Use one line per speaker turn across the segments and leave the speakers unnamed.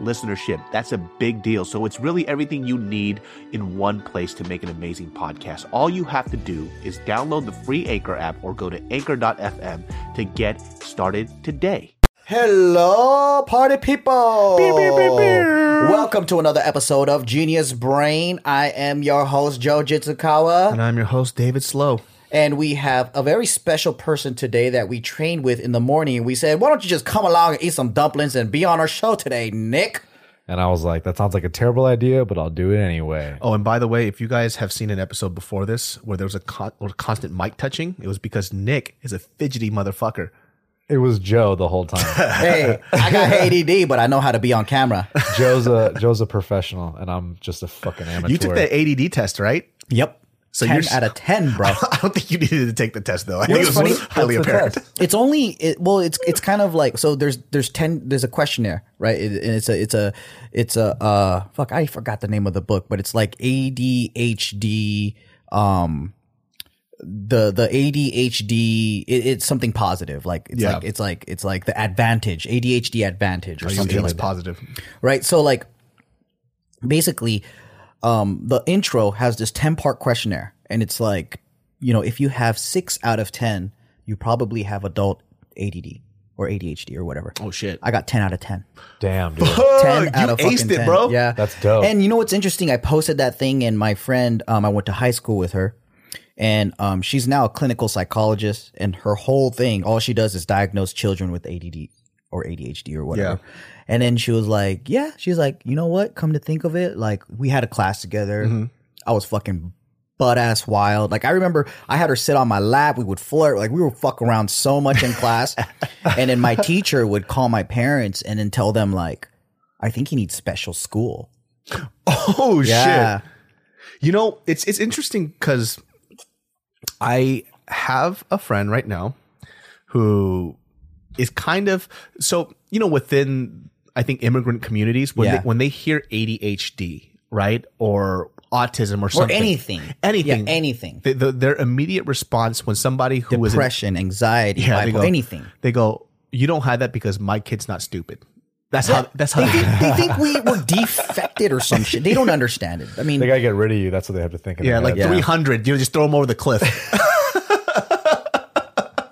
listenership. That's a big deal. So it's really everything you need in one place to make an amazing podcast. All you have to do is download the free Anchor app or go to anchor.fm to get started today.
Hello, party people!
Beer, beer, beer, beer.
Welcome to another episode of Genius Brain. I am your host, Joe Jitsukawa,
And I'm your host, David Slow.
and we have a very special person today that we trained with in the morning. And we said, Why don't you just come along and eat some dumplings and be on our show today, Nick?
And I was like, that sounds like a terrible idea, but I'll do it anyway.
Oh, and by the way, if you guys have seen an episode before this where there was a, con- or constant mic touching, it was because Nick is a fidgety motherfucker.
It was Joe the whole time.
Hey, I got ADD, but I know how to be on camera.
Joe's a Joe's a professional, and I'm just a fucking amateur.
You took that ADD test, right?
Yep.
So
10
you're s-
out of 10, bro.
I don't think you needed to take the test though. I think it was
funny-
highly
what's the
apparent.
test?
it's only it, well it's it's kind of like so there's there's 10 there's a questionnaire right It- and it's a it's a it's a uh fuck i forgot the name of the book but it's like adhd um the the adhd it, it's something positive like it's
Yeah.
like it's like it's like the advantage adhd advantage or
It
something
was
like that
positive.
right so like basically um the intro has this 10 part questionnaire and it's like you know if you have 6 out of 10 you probably have adult ADD or ADHD or whatever
Oh shit!
I got 10 out of 10
Damn, dude.
10
Oh, you
out of
aced
fucking
it,
10.
bro.
Yeah.
That's dope.
And you know what's interesting? I posted that thing and my friend, um, I went to high school with her and um, she's now a clinical psychologist and her whole thing, all she does is diagnose children with ADD or ADHD or whatever. And then she was like, yeah, she's like, you know what? Come to think of it, like we had a class together. I was fucking butt ass wild. Like I remember I had her sit on my lap. We would flirt. Like we would fuck around so much in class. and then my teacher would call my parents and then tell them like, I think he needs special school.
Oh
Yeah.
shit! You know, it's it's interesting because I have a friend right now who is kind of so you know within I think immigrant communities when
Yeah.
they, when they hear ADHD right or autism or something
Or anything.
Anything.
Yeah, anything.
the, the, their immediate response when somebody who was in-
Depression, anxiety,
Yeah, they
bipolar,
go-
anything.
they go you don't have that because my kid's not stupid that's how that's how
They think, they think we were defected or some shit. They don't understand it. I mean,
They gotta get rid of you. That's what they have to think. in
Yeah,
their
like
head.
300. You know, just throw them over the cliff.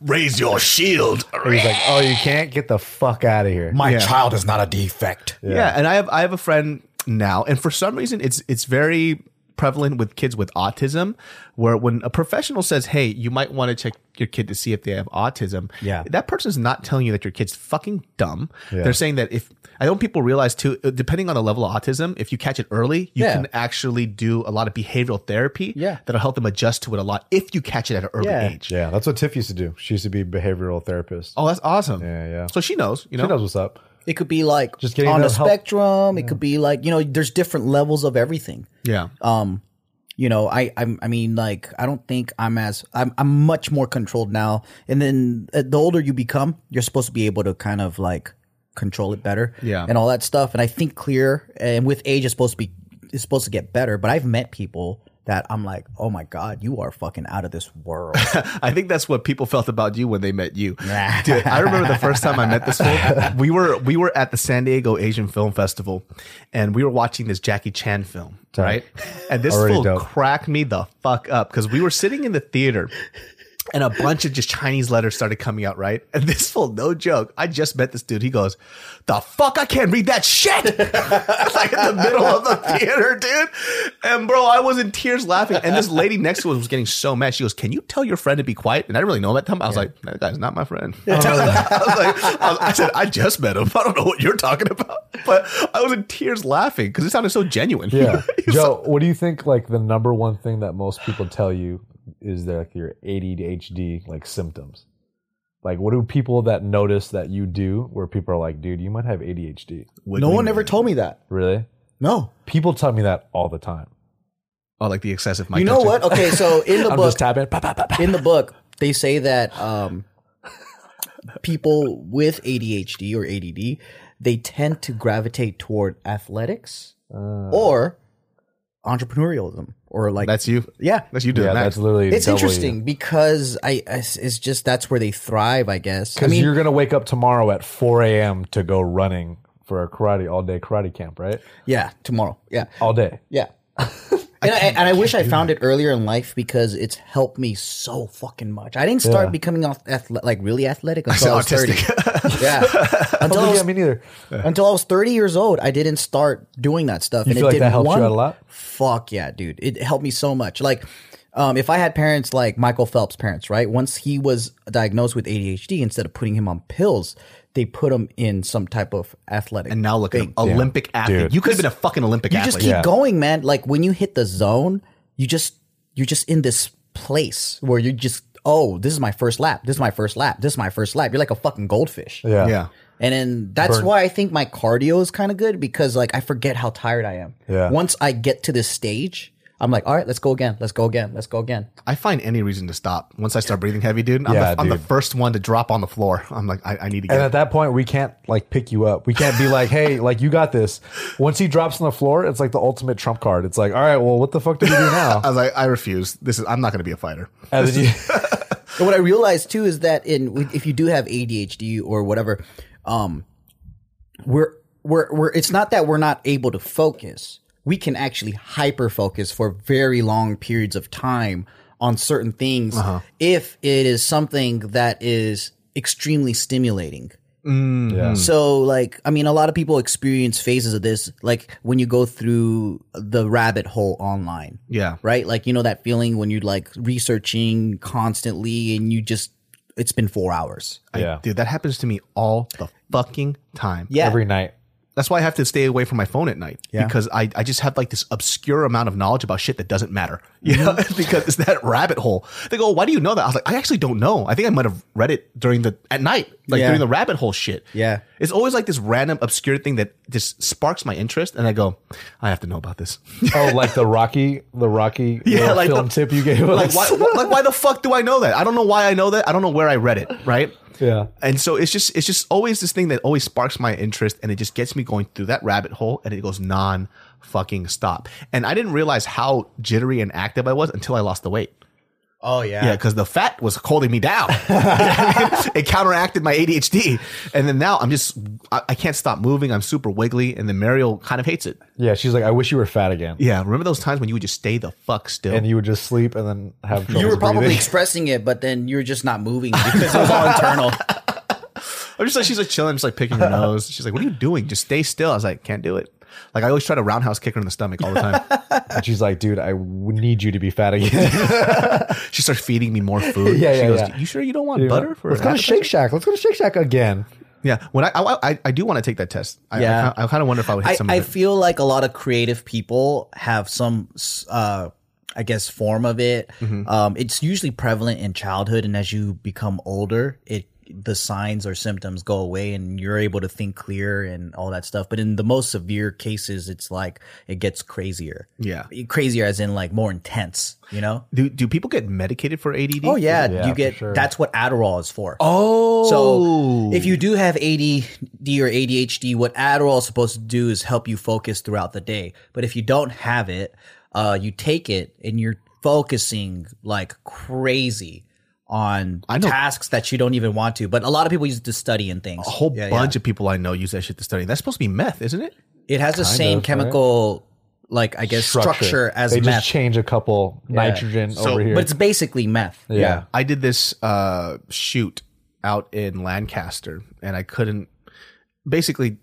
Raise your shield.
He's like, oh, you can't get the fuck out of here.
my
Yeah.
child is not a defect.
Yeah. and I have I have a friend now, and for some reason it's it's very prevalent with kids with autism where when a professional says, "Hey, you might want to check your kid to see if they have autism."
Yeah.
That person's not telling you that your kid's fucking dumb. They're saying that if I don't people realize too uh, depending on the level of autism, if you catch it early, you
Yeah.
can actually do a lot of behavioral therapy
Yeah.
that'll help them adjust to it a lot if you catch it at an early
Yeah.
age.
Yeah, that's what Tiff used to do. She used to be a behavioral therapist.
Oh, that's awesome.
Yeah, yeah.
So she knows, you know.
She knows what's up.
It could be like
Just getting
on the
that help.
spectrum. It could be like, you know, there's different levels of everything.
Yeah.
um you know i I'm, i mean like i don't think i'm as i'm, I'm much more controlled now and then uh, the older you become you're supposed to be able to kind of like control it better
Yeah.
and all that stuff and i think clear and with age it's supposed to be it's supposed to get better but i've met people that i'm like oh my god you are fucking out of this world
I think that's what people felt about you when they met you. Dude, I remember the first time I met this fool. We were we were at the San Diego Asian Film Festival, and we were watching this Jackie Chan film, right? And this
Already
fool
dope.
cracked me the fuck up because we were sitting in the theater. and a bunch of just Chinese letters started coming out, right? And this fool, no joke, I just met this dude. He goes, "The fuck, I can't read that shit!" like in the middle of the theater, dude. And bro, I was in tears laughing. And this lady next to us was getting so mad. She goes, "Can you tell your friend to be quiet?" And I didn't really know him at the time. I was like, "That guy's not my friend." I, was like, I was- I said, "I just met him. I don't know what you're talking about." But I was in tears laughing because it sounded so genuine.
Yeah.
He was
Joe, what do you think like the number one thing that most people tell you is their like your ADHD like symptoms? Like what do people that notice that you do where people are like, dude, you might have ADHD?
No
wiggling
one ever
around.
told me that.
Really?
No.
People tell me that all the time.
Oh, like the excessive. mic
You know
touching.
what? Okay, so in the
I'm
book,
just tapping. Pa, pa, pa, pa.
in the book, they say that um, people with ADHD or ADD they tend to gravitate toward athletics or entrepreneurialism or like
That's you.
yeah.
That's you doing
Yeah,
that.
that's literally
It's
double E. you.
interesting because I it's it's just that's where they thrive, I guess. I
Because
mean,
you're gonna wake up tomorrow at 4 a.m. to go running for a karate all day karate camp, right?
yeah, tomorrow, yeah.
All day.
Yeah. and, I, and I wish I found it earlier in life because it's helped me so fucking much. I didn't start
Yeah.
becoming off athle- like really athletic
So
until I was thirty.
autistic.
Yeah, until I
Oh,
was
yeah, me neither.
until I was thirty years old. I didn't start doing that stuff.
You feel like
did
that helped you out a lot?
Fuck yeah, dude! It helped me so much. Like, um, if I had parents like Michael Phelps' parents, right? Once he was diagnosed with ADHD, instead of putting him on pills, they put him in some type of athletic.
and now look at him, Olympic athlete.
Dude.
You could have been a fucking Olympic
you
athlete.
just keep going, man. Like when you hit the zone, you just you're just in this place where you just oh, this is my first lap. This is my first lap. This is my first lap. You're like a fucking goldfish.
Yeah.
yeah.
And then that's why I think my cardio is kind of good because like I forget how tired I am.
Yeah.
Once I get to this stage, I'm like, all right, let's go again. Let's go again. Let's go again.
I find any reason to stop once I start breathing heavy, dude. I'm,
Yeah,
the, I'm the
dude.
first one to drop on the floor. I'm like, I, I need to get.
And at that point, we can't like pick you up. We can't be like, "Hey, like you got this." Once he drops on the floor, it's like the ultimate trump card. It's like, "All right, well, what the fuck do we do
I Uh,
now?"
was like, I refuse. This is. I'm not going to be a fighter.
And then you,
And what I realized too is that in if you do have ADHD or whatever, um, we're we're we're it's not that we're not able to focus. We can actually hyper focus for very long periods of time on certain things if it is something that is extremely stimulating.
yeah.
So, like, I mean, a lot of people experience phases of this, like when you go through the rabbit hole online
Yeah.
right? Like you know that feeling when you're like researching constantly and you just it's been four hours.
I-
Yeah.
dude, that happens to me all the fucking time.
Yeah,
every night.
That's why I have to stay away from my phone at night
Yeah.
because I, I just have like this obscure amount of knowledge about shit that doesn't matter. You know,
Mm-hmm.
because it's that rabbit hole. They go, why do you know that? I was like, I actually don't know. I think I might have read it during the at night, like
Yeah.
during the rabbit hole shit.
Yeah.
It's always like this random obscure thing that just sparks my interest and I go, I have to know about this.
Oh, like the Rocky, the Rocky little
like
film
the-
tip you gave
like
us.
why why- like why the fuck do I know that? I don't know why I know that. I don't know where I read it, right?
Yeah.
And so it's just it's just always this thing that always sparks my interest and it just gets me going through that rabbit hole and it goes non fucking stop. And I didn't realize how jittery and active I was until I lost the weight.
Oh
Yeah, because the fat was holding me down. it counteracted my ADHD. And then now I'm just I, I can't stop moving. I'm super wiggly and then Mariel kind of hates it.
Yeah, she's like, "I wish you were fat again,"
Yeah, remember those times when you would just stay the fuck still?
and you would just sleep and then have trouble
You were probably
breathing.
expressing it, but then you're just not moving because it was all internal.
I'm just like she's like chilling, just like picking her nose. She's like, "What are you doing? Just stay still." I was like, "Can't do it." Like I always try to roundhouse kick her in the stomach all the time.
And she's like, "Dude, I w- need you to be fat again."
she starts feeding me more food.
Yeah,
she
yeah,
goes,
yeah.
"You sure you don't want butter for?"
Let's
an
go to Shake
appetizer?"
Shack. Let's go to Shake Shack again.
Yeah, when I I, I, I do want to take that test. I,
Yeah.
I, kind of wonder if I would hit
I,
some.
I
of it.
feel like a lot of creative people have some, s- uh, I guess, form of it.
Mm-hmm.
Um, it's usually prevalent in childhood, and as you become older, it the signs or symptoms go away, and you're able to think clear and all that stuff. But in the most severe cases, it's like it gets crazier.
Yeah.
crazier as in like more intense. You know?
Do do people get medicated for ADD?
Oh yeah,
Yeah,
you
for
get
sure.
that's what Adderall is for.
Oh,
So if you do have ADD or ADHD, what Adderall is supposed to do is help you focus throughout the day. But if you don't have it, uh, you take it and you're focusing like crazy on
I know-
tasks that you don't even want to. But a lot of people use it to study and things.
a whole
Yeah, yeah.
bunch of people I know use that shit to study. That's supposed to be meth, isn't it?
It has the same
of, right?
chemical like I guess structure, as
they
math,
just change a couple nitrogen
So-
over here.
but it's basically math.
yeah.
I did this uh, shoot out in Lancaster, and I couldn't. Basically,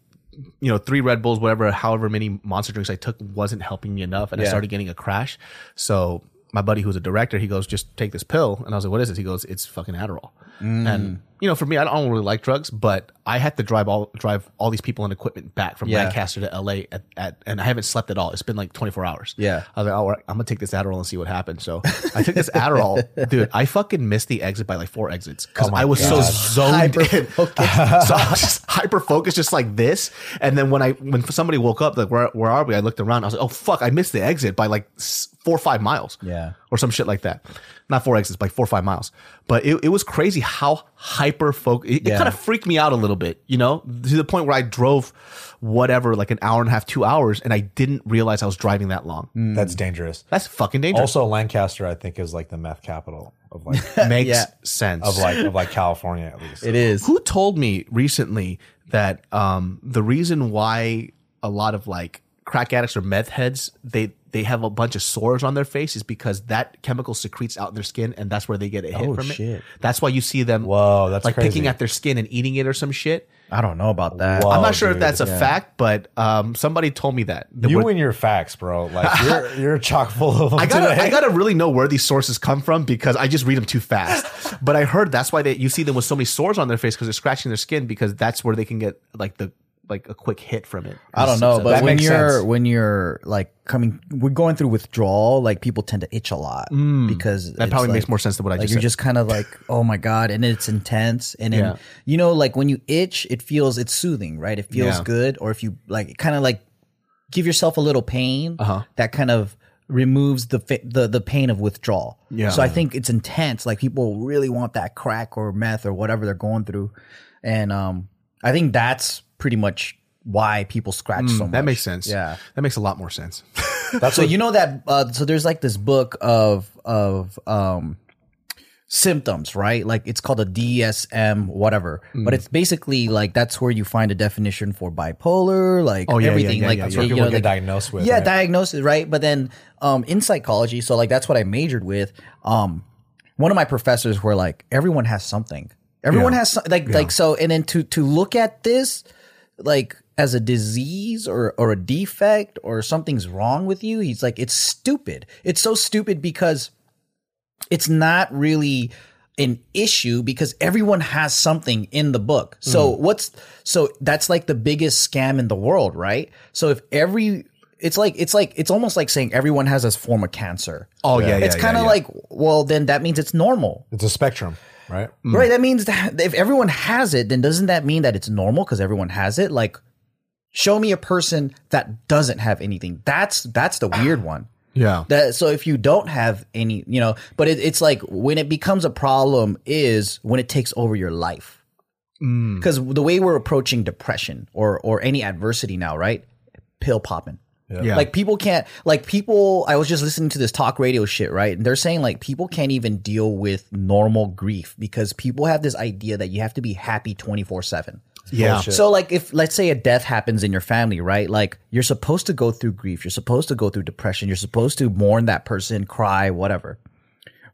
you know, three Red Bulls, whatever, however many monster drinks I took, wasn't helping me enough, and I
Yeah.
started getting a crash. So my buddy, who's a director, he goes, "Just take this pill," and I was like, "What is this?" He goes, "It's fucking Adderall."
Mm.
And you know, for me, I don't really like drugs, but I had to drive all drive all these people and equipment back from
Yeah.
Lancaster to LA, at, at, and I haven't slept at all. It's been like 24 hours.
Yeah.
I was like, oh, alright, I'm gonna take this Adderall and see what happens. So I took this Adderall, dude. I fucking missed the exit by like four exits because
Oh
I was so zoned in. so I was just hyper focused, just like this. And then when I when somebody woke up, like where where are we? I looked around. I was like, oh fuck, I missed the exit by like s- four or five miles.
Yeah.
or some shit like that. Not four exits, like four or five miles. But it, it was crazy how hyper focused. It,
Yeah.
kind of freaked me out a little bit, you know, to the point where I drove whatever like an hour and a half, two hours, and I didn't realize I was driving that long.
Hmm.
That's dangerous.
That's fucking dangerous.
Mm. Also, Lancaster, I think, is like the meth capital of like
makes
Yeah.
sense.
of like of like California at least.
It is.
Who told me recently that um, the reason why a lot of like crack addicts or meth heads they they have a bunch of sores on their face is because that chemical secretes out in their skin and that's where they get a hit
Oh,
from it.
shit.
That's why you see them
Whoa, that's
like
crazy.
picking at their skin and eating it or some shit.
I don't know about that.
Whoa.
I'm not sure if
dude,
that's a fact, but um, somebody told me that. That
you
we're-
and your facts, bro. Like you're you're chock full of them
I gotta,
today.
I gotta really know where these sources come from because I just read them too fast. but I heard that's why they, you see them with so many sores on their face because they're scratching their skin because that's where they can get like the like a quick hit from it.
I don't know, but
That
when
makes
you're
sense.
when you're like coming, we're going through withdrawal. Like people tend to itch a lot
Mm.
because
that
it's
probably
like-
makes more sense than what I
Like
just
you're
said.
just kind of like, oh my god, and it's intense, and then
Yeah.
you know, like when you itch, it feels it's soothing, right? It feels
Yeah.
good. Or if you like, kind of like give yourself a little pain,
Uh-huh.
that kind of removes the fa- the the pain of withdrawal.
Yeah.
So I think it's intense. Like people really want that crack or meth or whatever they're going through, and um, I think that's pretty much why people scratch so much.
Mm, that makes sense.
Yeah.
that makes a lot more sense.
That's
So
what
you know that uh, so there's like this book of of um symptoms, right? Like it's called a DSM whatever.
Mm.
But it's basically like that's where you find a definition for bipolar, like
Oh, yeah, yeah,
everything
yeah,
like
yeah,
you
yeah.
people
know,
get
like-
diagnosed with.
yeah,
right?
diagnosis, right? But then um in psychology, so like that's what I majored with. Um one of my professors were like everyone has something. Everyone has some, like like so and then to to look at this like as a disease or or a defect or something's wrong with you he's like it's stupid it's so stupid because it's not really an issue because everyone has something in the book so
Mm-hmm.
what's so that's like the biggest scam in the world right so if every it's like it's like it's almost like saying everyone has a form of cancer
Oh yeah, yeah
it's kind of like well then that means it's normal
it's a spectrum, right?
Mm.
Right. That means that if everyone has it, then doesn't that mean that it's normal because everyone has it? Like, show me a person that doesn't have anything. That's that's the weird one.
yeah,
That so if you don't have any, you know, but it, it's like when it becomes a problem is when it takes over your life. Because the way we're approaching depression or or any adversity now, right? Pill popping.
yeah.
Like people can't like people I was just listening to this talk radio shit, right? And they're saying like people can't even deal with normal grief because people have this idea that you have to be happy 24/7.
yeah,
So like if let's say a death happens in your family, right? Like you're supposed to go through grief, you're supposed to go through depression, you're supposed to mourn that person, cry, whatever.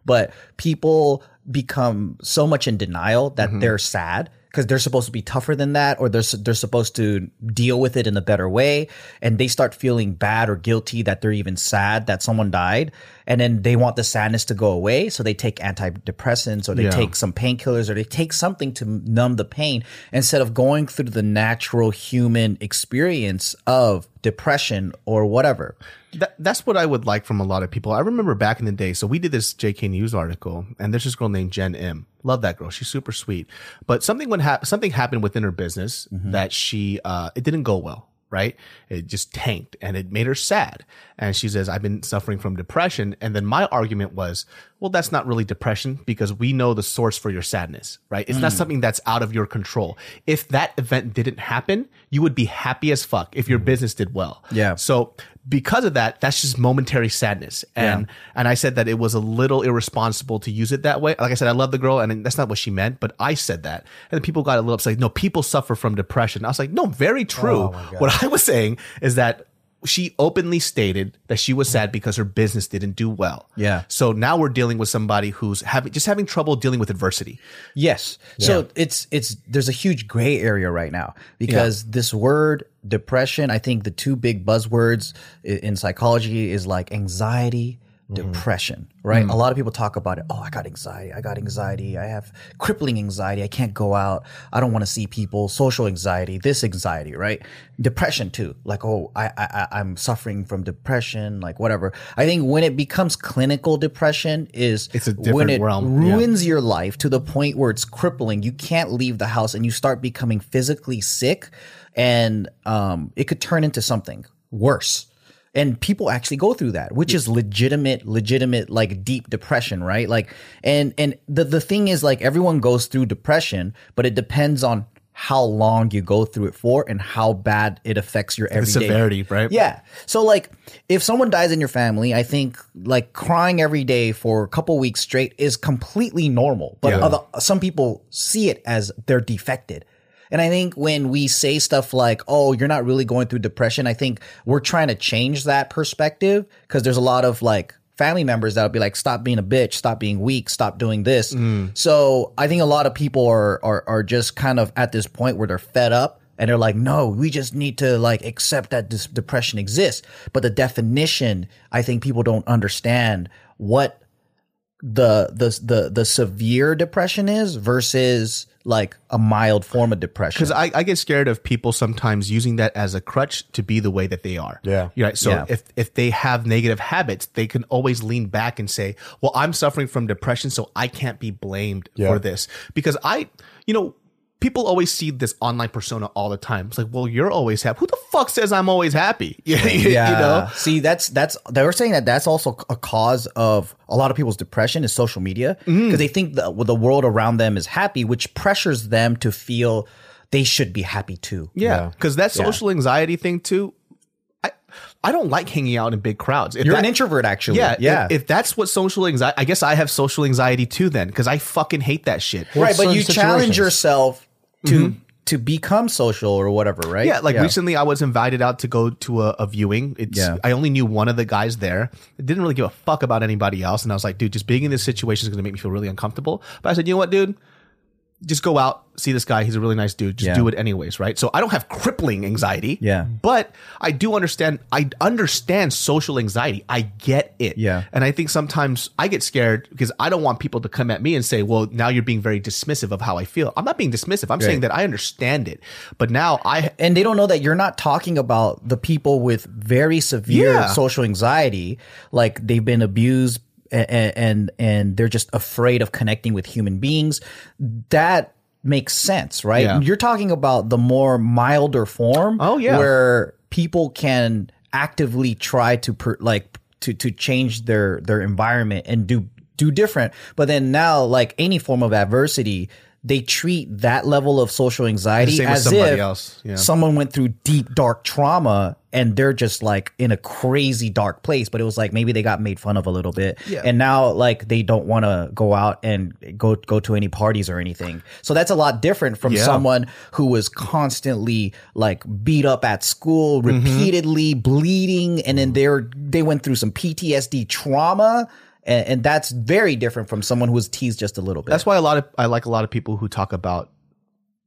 But people become so much in denial that they're sad because they're supposed to be tougher than that or they're su- they're supposed to deal with it in a better way and they start feeling bad or guilty that they're even sad that someone died and then they want the sadness to go away so they take antidepressants or they
Yeah.
take some painkillers or they take something to numb the pain instead of going through the natural human experience of depression or whatever.
that, that's what I would like from a lot of people. I remember back in the day, so we did this JK News article, and there's this girl named Jen M. Love that girl; she's super sweet. But something went hap- something happened within her business that she uh, it didn't go well. Right, it just tanked, and it made her sad. And she says, "I've been suffering from depression." And then my argument was, "Well, that's not really depression because we know the source for your sadness, right? It's not something that's out of your control. If that event didn't happen, you would be happy as fuck if your business did well.
Yeah.
So because of that, that's just momentary sadness. And and I said that it was a little irresponsible to use it that way. Like I said, I love the girl, and that's not what she meant, but I said that. And then people got a
Oh
little upset. like, No, people suffer from depression. I was like, no, very true. what I was saying is that she openly stated that she was sad because her business didn't do well.
Yeah.
So now we're dealing with somebody who's having just having trouble dealing with adversity.
Yes. So it's it's there's a huge gray area right now because this word depression, I think the two big buzzwords i- in psychology is like anxiety,
Mm-hmm.
depression, right?
Mm.
A lot of people talk about it. Oh, I got anxiety. I got anxiety. I have crippling anxiety. I can't go out. I don't want to see people. Social anxiety, this anxiety, right? Depression too. Like, oh, I, I I- I'm suffering from depression, like whatever. I think when it becomes clinical depression is
It's a
when
different
it
realm, yeah.
ruins ruins your life to the point where it's crippling. You can't leave the house and you start becoming physically sick and um, it could turn into something worse. And people actually go through that, which is legitimate, legitimate, like deep depression, right? Like, and, and the, the thing is like everyone goes through depression, but it depends on how long you go through it for and how bad it affects your everyday
severity, right?
yeah. So like if someone dies in your family, I think like crying every day for a couple weeks straight is completely normal. But other, some people see it as they're defected. And I think when we say stuff like, "Oh, you're not really going through depression," I think we're trying to change that perspective because there's a lot of like family members that would be like, "Stop being a bitch, stop being weak, stop doing this." So I think a lot of people are, are are just kind of at this point where they're fed up and they're like, "No, we just need to like accept that this depression exists." But the definition, I think people don't understand what the the the the severe depression is versus like a mild form of depression.
Because I, I get scared of people sometimes using that as a crutch to be the way that they are.
Yeah.
You're Right. So
Yeah.
if if they have negative habits, they can always lean back and say, "Well, I'm suffering from depression, so I can't be blamed
Yeah.
for this." Because I, you know, people always see this online persona all the time. It's like, "Well, you're always happy." Who the fuck says I'm always happy? yeah. You know.
See, that's that's they were saying that that's also a cause of a lot of people's depression is social media because
Mm.
they think the the world around them is happy, which pressures them to feel they should be happy too.
Yeah. Because that social anxiety thing too. I I don't like hanging out in big crowds. If
You're
that-
an introvert, actually.
Yeah,
yeah.
If, if that's what social anxiety, I guess I have social anxiety too. Then because I fucking hate that shit.
right, but
certain
you challenge
situations.
yourself to to become social or whatever,
Mm-hmm.
right?
Yeah, like recently I was invited out to go to a, a viewing. It's
Yeah.
I only knew one of the guys there. I didn't really give a fuck about anybody else, and I was like, dude, just being in this situation is going to make me feel really uncomfortable. But I said, you know what, dude. Just go out, see this guy. He's a really nice dude. Just
Yeah.
do it anyways, right? So I don't have crippling anxiety.
Yeah.
But I do understand I understand social anxiety. I get it.
Yeah.
And I think sometimes I get scared because I don't want people to come at me and say, "Well, now you're being very dismissive of how I feel." I'm not being dismissive. I'm saying that I understand it. But now I
and they don't know that you're not talking about the people with very severe
Yeah.
social anxiety like they've been abused and, and and they're just afraid of connecting with human beings that makes sense right
Yeah.
you're talking about the more milder form
Oh, yeah.
where people can actively try to per, like to to change their their environment and do do different but then now like any form of adversity they treat that level of social anxiety
Same as
as
somebody
if
else, yeah.
someone went through deep dark trauma and they're just like in a crazy dark place but it was like maybe they got made fun of a little bit and now like they don't want to go out and go go to any parties or anything so that's a lot different from someone who was constantly like beat up at school repeatedly bleeding and then they're they went through some PTSD trauma and, and that's very different from someone who was teased just a little bit
That's why a lot of I like a lot of people who talk about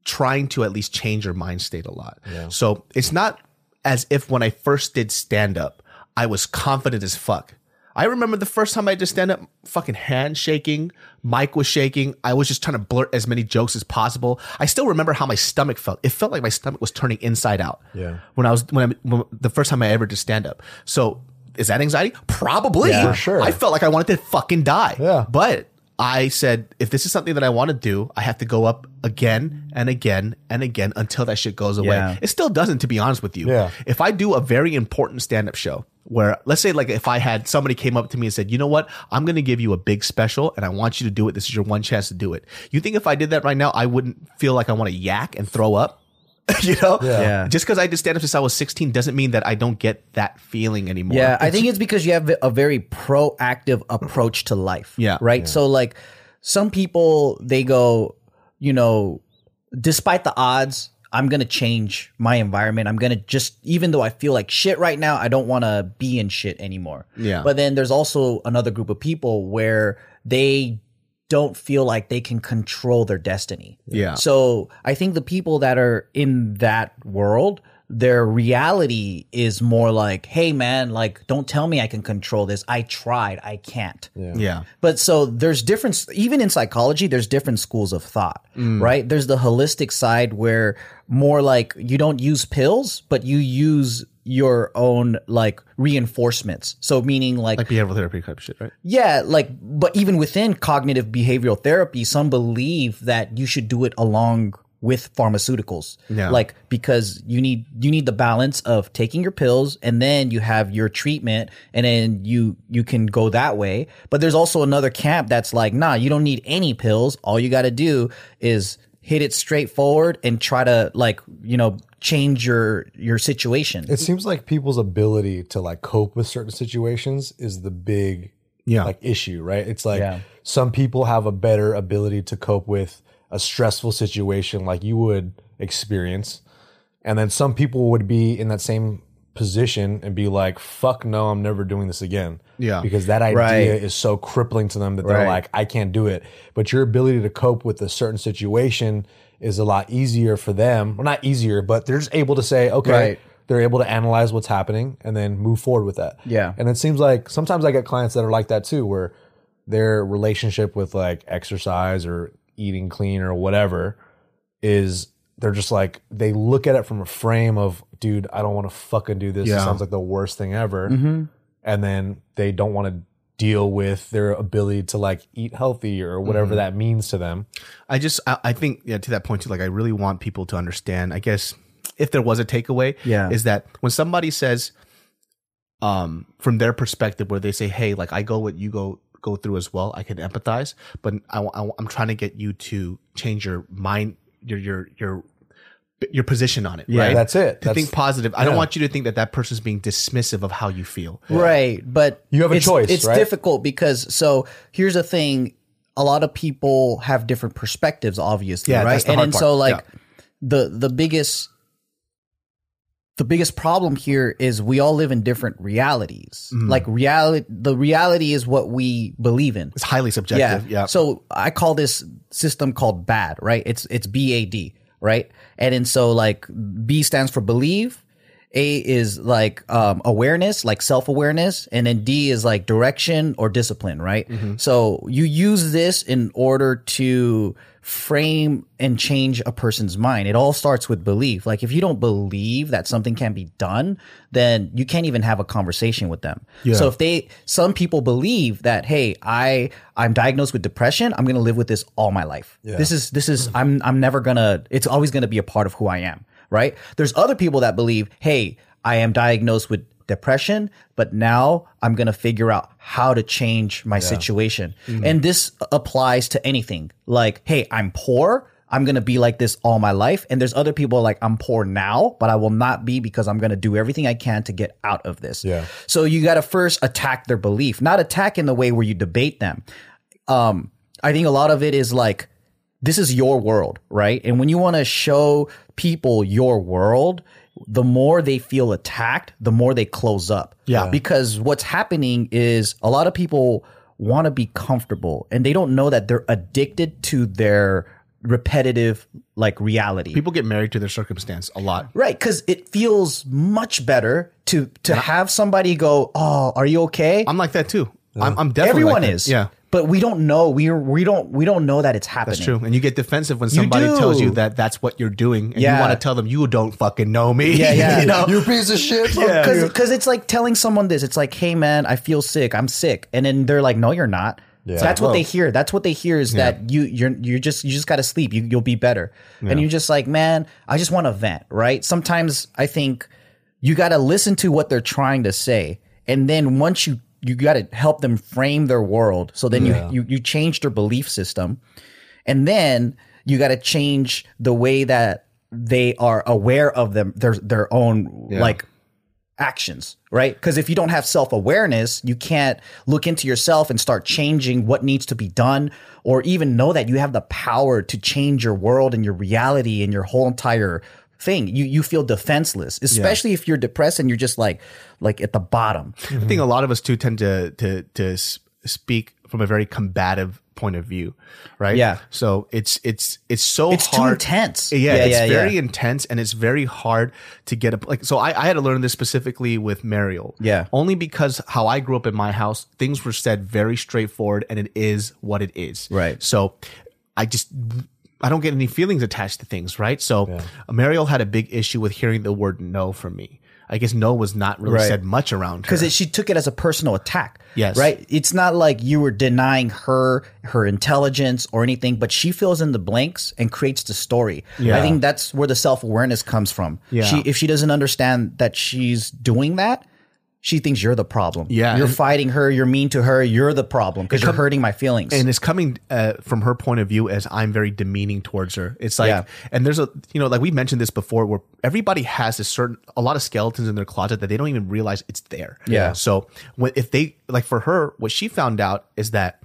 trying to at least change your mind state a lot. So it's not as if when I first did stand up, I was confident as fuck. I remember the first time I did stand up, fucking hand shaking, mic was shaking. I was just trying to blurt as many jokes as possible. I still remember how my stomach felt. It felt like my stomach was turning inside out.
Yeah.
When I was when, I, when the first time I ever did stand up. So is that anxiety? Probably.
Yeah, for sure.
I felt like I wanted to fucking die.
Yeah.
But I said, if this is something that I want to do, I have to go up again and again and again until that shit goes away.
Yeah.
It still doesn't, to be honest with you.
Yeah.
If I do a very important stand up show where, let's say, like if I had somebody came up to me and said, you know what, I'm going to give you a big special and I want you to do it. This is your one chance to do it. You think if I did that right now, I wouldn't feel like I want to yak and throw up? you know?
Yeah.
Just because I did stand up since I was 16 doesn't mean that I don't get that feeling anymore.
Yeah, I think it's because you have a very proactive approach to life.
Yeah.
Right. So like some people they go, you know, despite the odds, I'm going to change my environment. I'm going to just, even though I feel like shit right now, I don't want to be in shit anymore.
Yeah.
But then there's also another group of people where they don't feel like they can control their destiny.
Yeah.
So I think the people that are in that world, their reality is more like, hey, man, like, don't tell me I can control this. I tried, I can't.
yeah.
But so there's different, even in psychology, there's different schools of thought, right? There's the holistic side where more like you don't use pills, but you use your own like reinforcements. So meaning like
Like behavioral therapy type shit, right?
yeah, like, but even within cognitive behavioral therapy, some believe that you should do it along with pharmaceuticals.
Yeah.
Like, because you need, you need the balance of taking your pills and then you have your treatment and then you, you can go that way. But there's also another camp that's like, nah, you don't need any pills. All you got to do is hit it straight forward and try to like, you know, change your, your situation.
It seems like people's ability to like cope with certain situations is the big
Yeah.
like issue, right? It's like
Yeah.
some people have a better ability to cope with a stressful situation like you would experience. And then some people would be in that same position and be like, fuck no, I'm never doing this again.
Yeah.
Because that idea
Right.
is so crippling to them that they're
Right.
like, I can't do it. But your ability to cope with a certain situation is a lot easier for them. Well, not easier, but they're just able to say, okay,
Right.
they're able to analyze what's happening and then move forward with that.
Yeah.
And it seems like sometimes I get clients that are like that too, where their relationship with like exercise or eating clean or whatever is they're just like they look at it from a frame of dude i don't want to fucking do this it
Yeah. Mm-hmm.
sounds like the worst thing ever and then they don't want to deal with their ability to like eat healthy or whatever
Mm-hmm.
that means to them
I just I, I think yeah to that point too. Like I really want people to understand. I guess if there was a takeaway,
Yeah.
is that when somebody says, um, from their perspective, where they say, "Hey, like I go what you go go through as well. I can empathize, but I, wa- I, wa- I'm trying to get you to change your mind, your your your your position on it.
Yeah,
right?
that's it.
To
That's-
think positive. I don't
yeah.
want you to think that that person's being dismissive of how you feel.
Right. But
You have a
it's-
choice,
It's
right?
difficult because so here's the thing a lot of people have different perspectives, obviously,
Yeah,
right?
that's the
and
hard
then so
part.
like
Yeah.
the the biggest the biggest problem here is we all live in different realities.
Mm-hmm.
Like reality the reality is what we believe in.
It's highly subjective. Yeah.
So I call this system called BAD, right? It's it's B A D, right? And then so like B stands for believe, A is like um, awareness, like self awareness, and then D is like direction or discipline, right? So you use this in order to frame and change a person's mind. It all starts with belief. Like if you don't believe that something can be done, then you can't even have a conversation with them. So if they some people believe that hey, I I'm diagnosed with depression, I'm going to live with this all my life. This is this is I'm I'm never going to it's always going to be a part of who I am, right? There's other people that believe, "Hey, I am diagnosed with depression, but now I'm going to figure out how to change my situation. And this applies to anything. Like, hey, I'm poor. I'm going to be like this all my life. And there's other people like, I'm poor now, but I will not be because I'm going to do everything I can to get out of this.
Yeah.
So you got to first attack their belief, not attack in the way where you debate them. Um, I think a lot of it is like, this is your world, right? And when you want to show people your world, the more they feel attacked, the more they close up.
Yeah.
Because what's happening is a lot of people want to be comfortable and they don't know that they're addicted to their repetitive like reality.
People get married to their circumstance a lot.
Right, because it feels much better to to have somebody go, "Oh, are you okay?"
I'm like that too. I'm, I'm definitely
Everyone
like that.
is,
Yeah.
But we don't know. We are we don't we don't know that it's happening.
That's true. And you get defensive when somebody tells
do.
you that that's what you're doing, and
Yeah.
you want to tell them you don't fucking know me.
Yeah, yeah.
you know?
you piece of shit
Because it's like telling someone this. It's like, hey man, I feel sick. I'm sick, and then they're like, no, you're not. So that's what they hear. That's what they hear is that you you're you're just you just got to sleep. You you'll be better. And you're just like, man, I just want to vent. Right. Sometimes I think you got to listen to what they're trying to say, and then once you you got to help them frame their world. So then you, you you change their belief system, and then you got to change the way that they are aware of them their their own like actions, right? Because if you don't have self awareness, you can't look into yourself and start changing what needs to be done, or even know that you have the power to change your world and your reality and your whole entire thing. You you feel defenseless, especially if you're depressed and you're just like like at the bottom.
I think a lot of us too tend to to to s- speak from a very combative point of view, right?
Yeah.
So it's it's it's so
It's too
hard.
intense.
Yeah, it's very intense and it's very hard to get a like. So I, I had to learn this specifically with Mariel.
Yeah.
only because how I grew up in my house, things were said very straightforward, and it is what it is.
Right.
So I just I don't get any feelings attached to things. Right. So Mariel had a big issue with hearing the word no from me. I guess no was not really
Right.
said much around her.
because she took it as a personal attack.
Yes.
right. It's not like you were denying her her intelligence or anything, but she fills in the blanks and creates the story. I think that's where the self awareness comes from.
Yeah.
She if she doesn't understand that she's doing that. She thinks you're the problem.
Yeah,
you're
and-
fighting her. You're mean to her. You're the problem because you're hurting my feelings.
and it's coming uh, from her point of view as I'm very demeaning towards her. It's like,
Yeah.
and there's a, you know, like we mentioned this before, where everybody has a certain, a lot of skeletons in their closet that they don't even realize it's there.
Yeah.
So when if they like for her, what she found out is that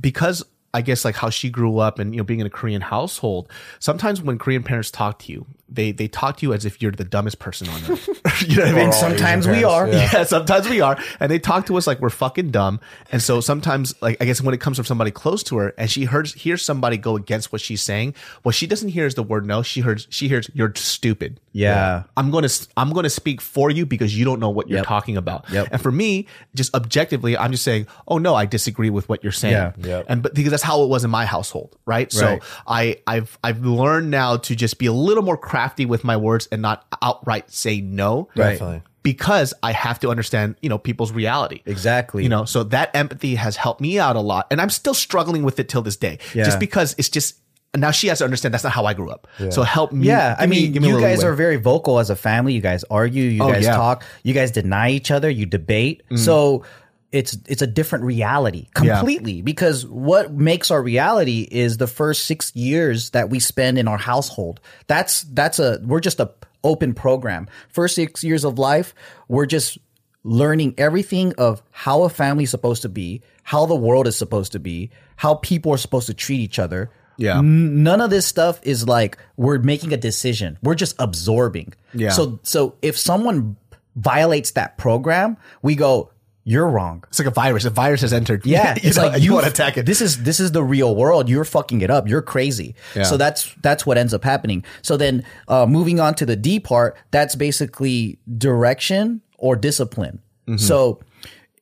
because I guess like how she grew up and you know being in a Korean household, sometimes when Korean parents talk to you, they they talk to you as if you're the dumbest person on earth. you know what I mean?
And sometimes we are.
yeah.
yeah, sometimes we are. And they talk to us like we're fucking dumb. And so sometimes, like, I guess when it comes from somebody close to her and she hears, hears somebody go against what she's saying, what she doesn't hear is the word no. She hears, she hears, you're stupid.
Yeah.
I'm going to, I'm going to speak for you because you don't know what you're talking about.
Yep.
And for me, just objectively, I'm just saying, oh no, I disagree with what you're saying.
Yeah.
Yep.
And, but because that's how it was in my household. Right. So
Right.
I, I've, I've learned now to just be a little more crafty with my words and not outright say no
Right.
Definitely.
because I have to understand, you know, people's reality.
Exactly.
You know, so that empathy has helped me out a lot. And I'm still struggling with it till this day.
Yeah.
Just because it's just now she has to understand that's not how I grew up. So help me.
Yeah, I
give me-
mean,
give me a
you
little
guys
leeway.
are very vocal as a family. You guys argue, you guys
yeah. Mm.
talk, you guys deny each other, you debate. So it's it's a different reality completely because what makes our reality is the first 6 years that we spend in our household. That's that's a we're just a open program. First 6 years of life, we're just learning everything of how a family is supposed to be, how the world is supposed to be, how people are supposed to treat each other.
Yeah.
N- none of this stuff is like we're making a decision. We're just absorbing.
Yeah.
So so if someone violates that program, we go, "You're wrong."
it's like a virus. A virus has entered.
Yeah,
you, know, you, want to attack it.
This is this is the real world. You're fucking it up. You're crazy.
Yeah.
So that's that's what ends up happening. So then uh, moving on to the D part, that's basically direction or discipline.
Mm-hmm.
So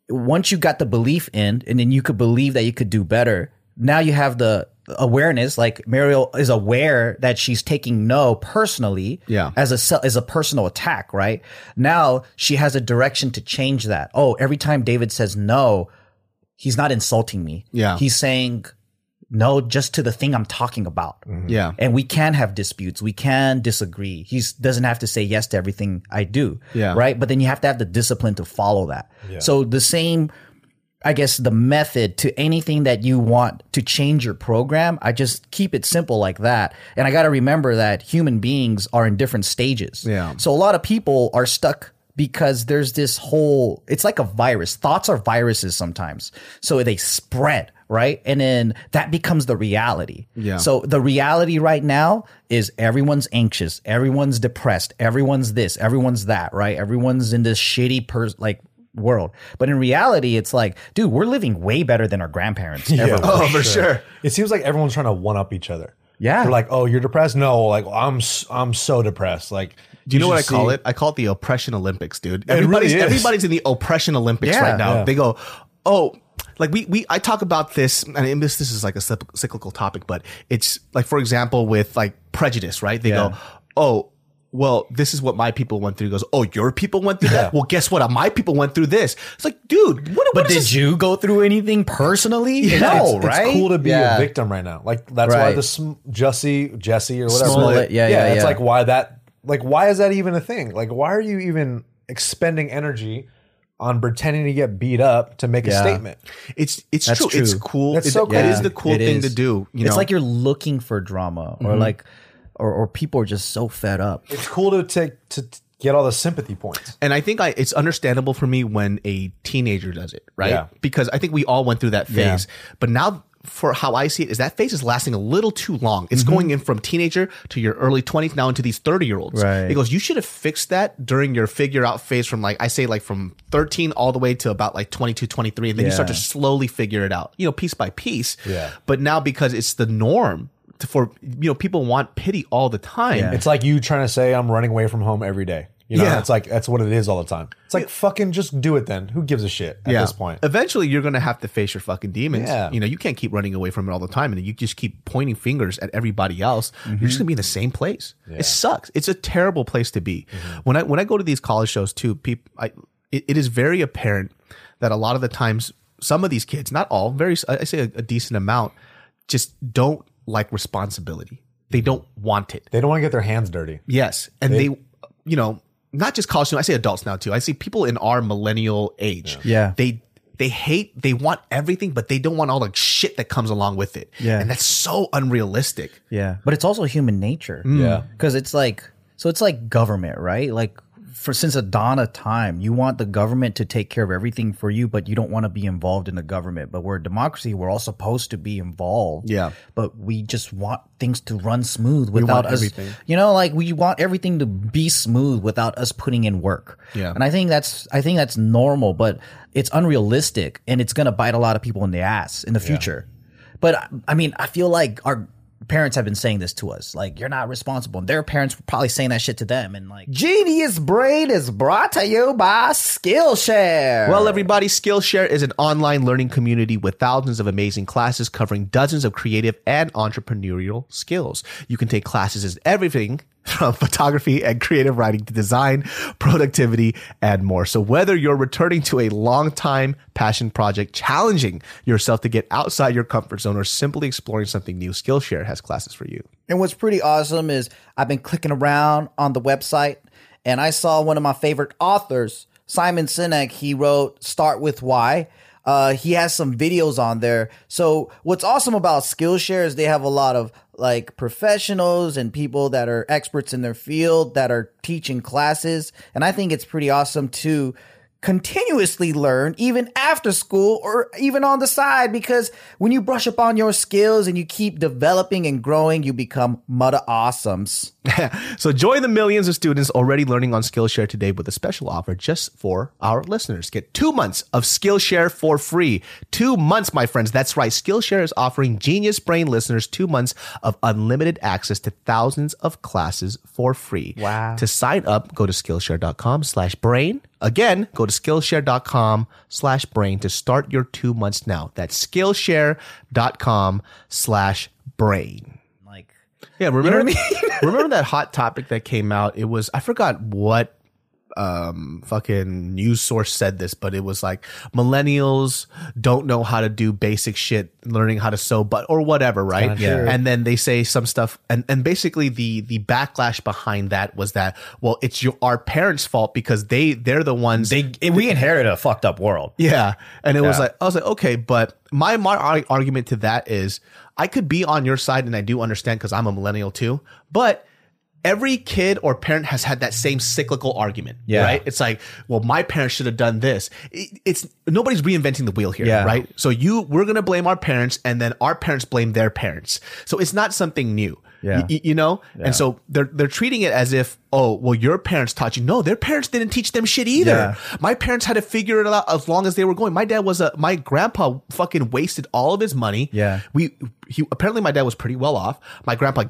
once you got the belief in, and then you could believe that you could do better. Now you have the awareness. Like Mariel is aware that she's taking no personally.
Yeah.
As a se- as a personal attack, right? Now she has a direction to change that. Oh, every time David says no, he's not insulting me.
Yeah.
He's saying no just to the thing I'm talking about.
yeah.
And we can have disputes. We can disagree. He doesn't have to say yes to everything I do.
Yeah.
Right. But then you have to have the discipline to follow that. So the same, I guess, the method to anything that you want to change your program, I just keep it simple like that. And I got to remember that human beings are in different stages.
Yeah.
So a lot of people are stuck because there's this whole it's like a virus. Thoughts are viruses sometimes. So they spread, right? And then that becomes the reality.
Yeah.
So the reality right now is everyone's anxious, everyone's depressed, everyone's this, everyone's that, right? Everyone's in this shitty per like world. But in reality, it's like, dude, we're living way better than our grandparents ever were.
Oh, for sure.
It seems like everyone's trying to one up each other.
Yeah.
They're like, oh, you're depressed? No, like I'm s- I'm so depressed. Like,
Do you know what I
should
call
see-
it? I call it the oppression Olympics, dude.
really
Everybody's
is.
everybody's in the oppression Olympics
Yeah.
right now.
Yeah.
They go, oh, like we we I talk about this, and this this is like a cyp- cyclical topic, but it's like for example with like prejudice, right? They
Yeah.
go, oh. Well, this is what my people went through. He goes, oh, your people went through that. Well, guess what? Uh, My people went through this. It's like, dude, what?
But
what is
did
this?
you go through anything personally?
it's,
no,
it's
right?
cool to be
Yeah.
a victim right now. Like that's why
Right.
the sm- Jesse, Jesse or whatever.
Smollett, yeah, yeah,
It's
yeah.
like why that. Like why is that even a thing? Like why are you even expending energy on pretending to get beat up to make a
Yeah.
statement?
It's it's
That's
true. It's
true.
cool.
That's
It-
so cool.
It is the
Yeah,
cool
it
thing
is.
to do. You
it's
know? Mm-hmm.
like you're looking for drama, or like, or, or people are just so fed up.
It's cool to take to t- get all the sympathy points.
and I think I, it's understandable for me when a teenager does it, right?
Yeah.
Because I think we all went through that phase. But now, for how I see it, is that phase is lasting a little too long.
Mm-hmm.
It's going in from teenager to your early 20s now into these 30 year olds.
Right.
It goes, you should have fixed that during your figure out phase from like, I say like from 13 all the way to about like 22, 23. And then you start to
Yeah.
slowly figure it out, you know, piece by piece.
Yeah.
But now because it's the norm to, for, you know, people want pity all the time.
Yeah.
It's like you trying to say I'm running away from home every day. You know,
Yeah.
it's like that's what it is all the time. It's like fucking just do it then. Who gives a shit at this point?
Eventually, you're going to have to face your fucking demons.
Yeah.
You know, you can't keep running away from it all the time, and you just keep pointing fingers at everybody else. You're
Mm-hmm.
just going to be in the same place. It sucks. It's a terrible place to be.
Mm-hmm.
When I when I go to these college shows too, people, I, it, it is very apparent that a lot of the times, some of these kids, not all, very, I I say a, a decent amount, just don't like responsibility. They don't want it.
They don't want to get their hands dirty.
Yes, and they, you know, not just college students. I say adults now too. I see people in our millennial age.
Yeah.
they they hate. They want everything, but they don't want all the shit that comes along with it.
Yeah.
and that's so unrealistic.
Yeah, but it's also human nature.
Mm.
Yeah.
because it's like so it's like government, right? Like for since the dawn of time, you want the government to take care of everything for you, but you don't want to be involved in the government. But we're a democracy; we're all supposed to be involved.
Yeah.
but we just want things to run smooth without us.
everything.
You know, like we want everything to be smooth without us putting in work.
Yeah.
and I think that's I think that's normal, but it's unrealistic, and it's gonna bite a lot of people in the ass in the future. But I- I mean, I feel like our parents have been saying this to us, like you're not responsible, and their parents were probably saying that shit to them, and like Genius Brain is brought to you by Skillshare.
Well, everybody, Skillshare is an online learning community with thousands of amazing classes covering dozens of creative and entrepreneurial skills. You can take classes in everything from photography and creative writing to design, productivity, and more. So, whether you're returning to a long time passion project, challenging yourself to get outside your comfort zone, or simply exploring something new, Skillshare has classes for you.
And what's pretty awesome is I've been clicking around on the website and I saw one of my favorite authors, Simon Sinek. He wrote Start With Why. Uh, he has some videos on there. So, what's awesome about Skillshare is they have a lot of like professionals and people that are experts in their field that are teaching classes. And I think it's pretty awesome to continuously learn even after school or even on the side because when you brush up on your skills and you keep developing and growing you become mother awesomes
so join the millions of students already learning on Skillshare today with a special offer just for our listeners. Get two months of Skillshare for free. Two months, my friends. That's right. Skillshare is offering Genius Brain listeners two months of unlimited access to thousands of classes for free. Wow. To sign up, go to Skillshare.com slash brain. Again, go to Skillshare.com slash brain to start your two months now. That's Skillshare.com slash brain.
like
Yeah, remember remember that hot topic that came out? It was I forgot what um fucking news source said this, but it was like millennials don't know how to do basic shit, learning how to sew but or whatever, right? Yeah. And then they say some stuff and and basically the the backlash behind that was that well, it's your our parents' fault because they they're the ones
they we inherited a fucked up world
yeah. And it was like, I was like, okay, but my, my ar- argument to that is I could be on your side and I do understand because I'm a millennial too, but every kid or parent has had that same cyclical argument,
Yeah.
right? It's like, well, my parents should have done this. It- it's nobody's reinventing the wheel here,
Yeah.
right? So you, we're going to blame our parents and then our parents blame their parents. So it's not something new.
Yeah.
Y- y- you know, and so they're they're treating it as if oh well your parents taught you no their parents didn't teach them shit either
Yeah.
my parents had to figure it out as long as they were going. My dad was a my grandpa fucking wasted all of his money.
Yeah.
We he apparently my dad was pretty well off. My grandpa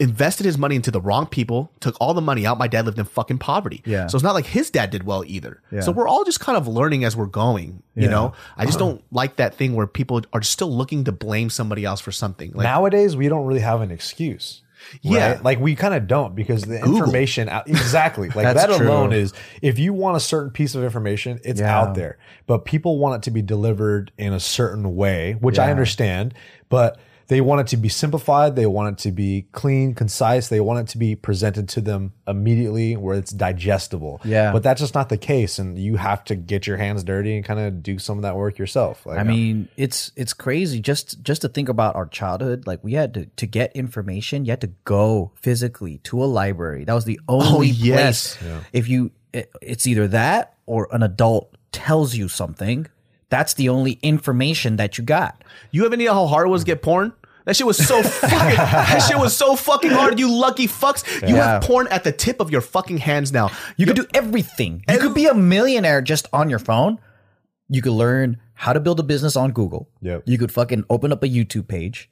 invested his money into the wrong people, took all the money out. My dad lived in fucking poverty.
Yeah.
So it's not like his dad did well either. So we're all just kind of learning as we're going. You know? I just don't like that thing where people are still looking to blame somebody else for something. Like
Nowadays, we don't really have an excuse.
Yeah.
Like we kind of don't because the information out, exactly like
That's
that alone
true.
is if you want a certain piece of information, it's
Yeah.
out there. But people want it to be delivered in a certain way, which I understand, but they want it to be simplified, they want it to be clean, concise, they want it to be presented to them immediately where it's digestible.
Yeah.
But that's just not the case and you have to get your hands dirty and kind of do some of that work yourself. Like
I mean, it's it's crazy just just to think about our childhood. Like we had to to get information, you had to go physically to a library. That was the only
yes.
place. If you, it, it's either that or an adult tells you something. That's the only information that you got.
You have any idea how hard it was to get porn? That shit was so fucking. that shit was so fucking hard. You lucky fucks. You have porn at the tip of your fucking hands now.
You could do everything. You could be a millionaire just on your phone. You could learn how to build a business on Google.
Yep.
You could fucking open up a YouTube page.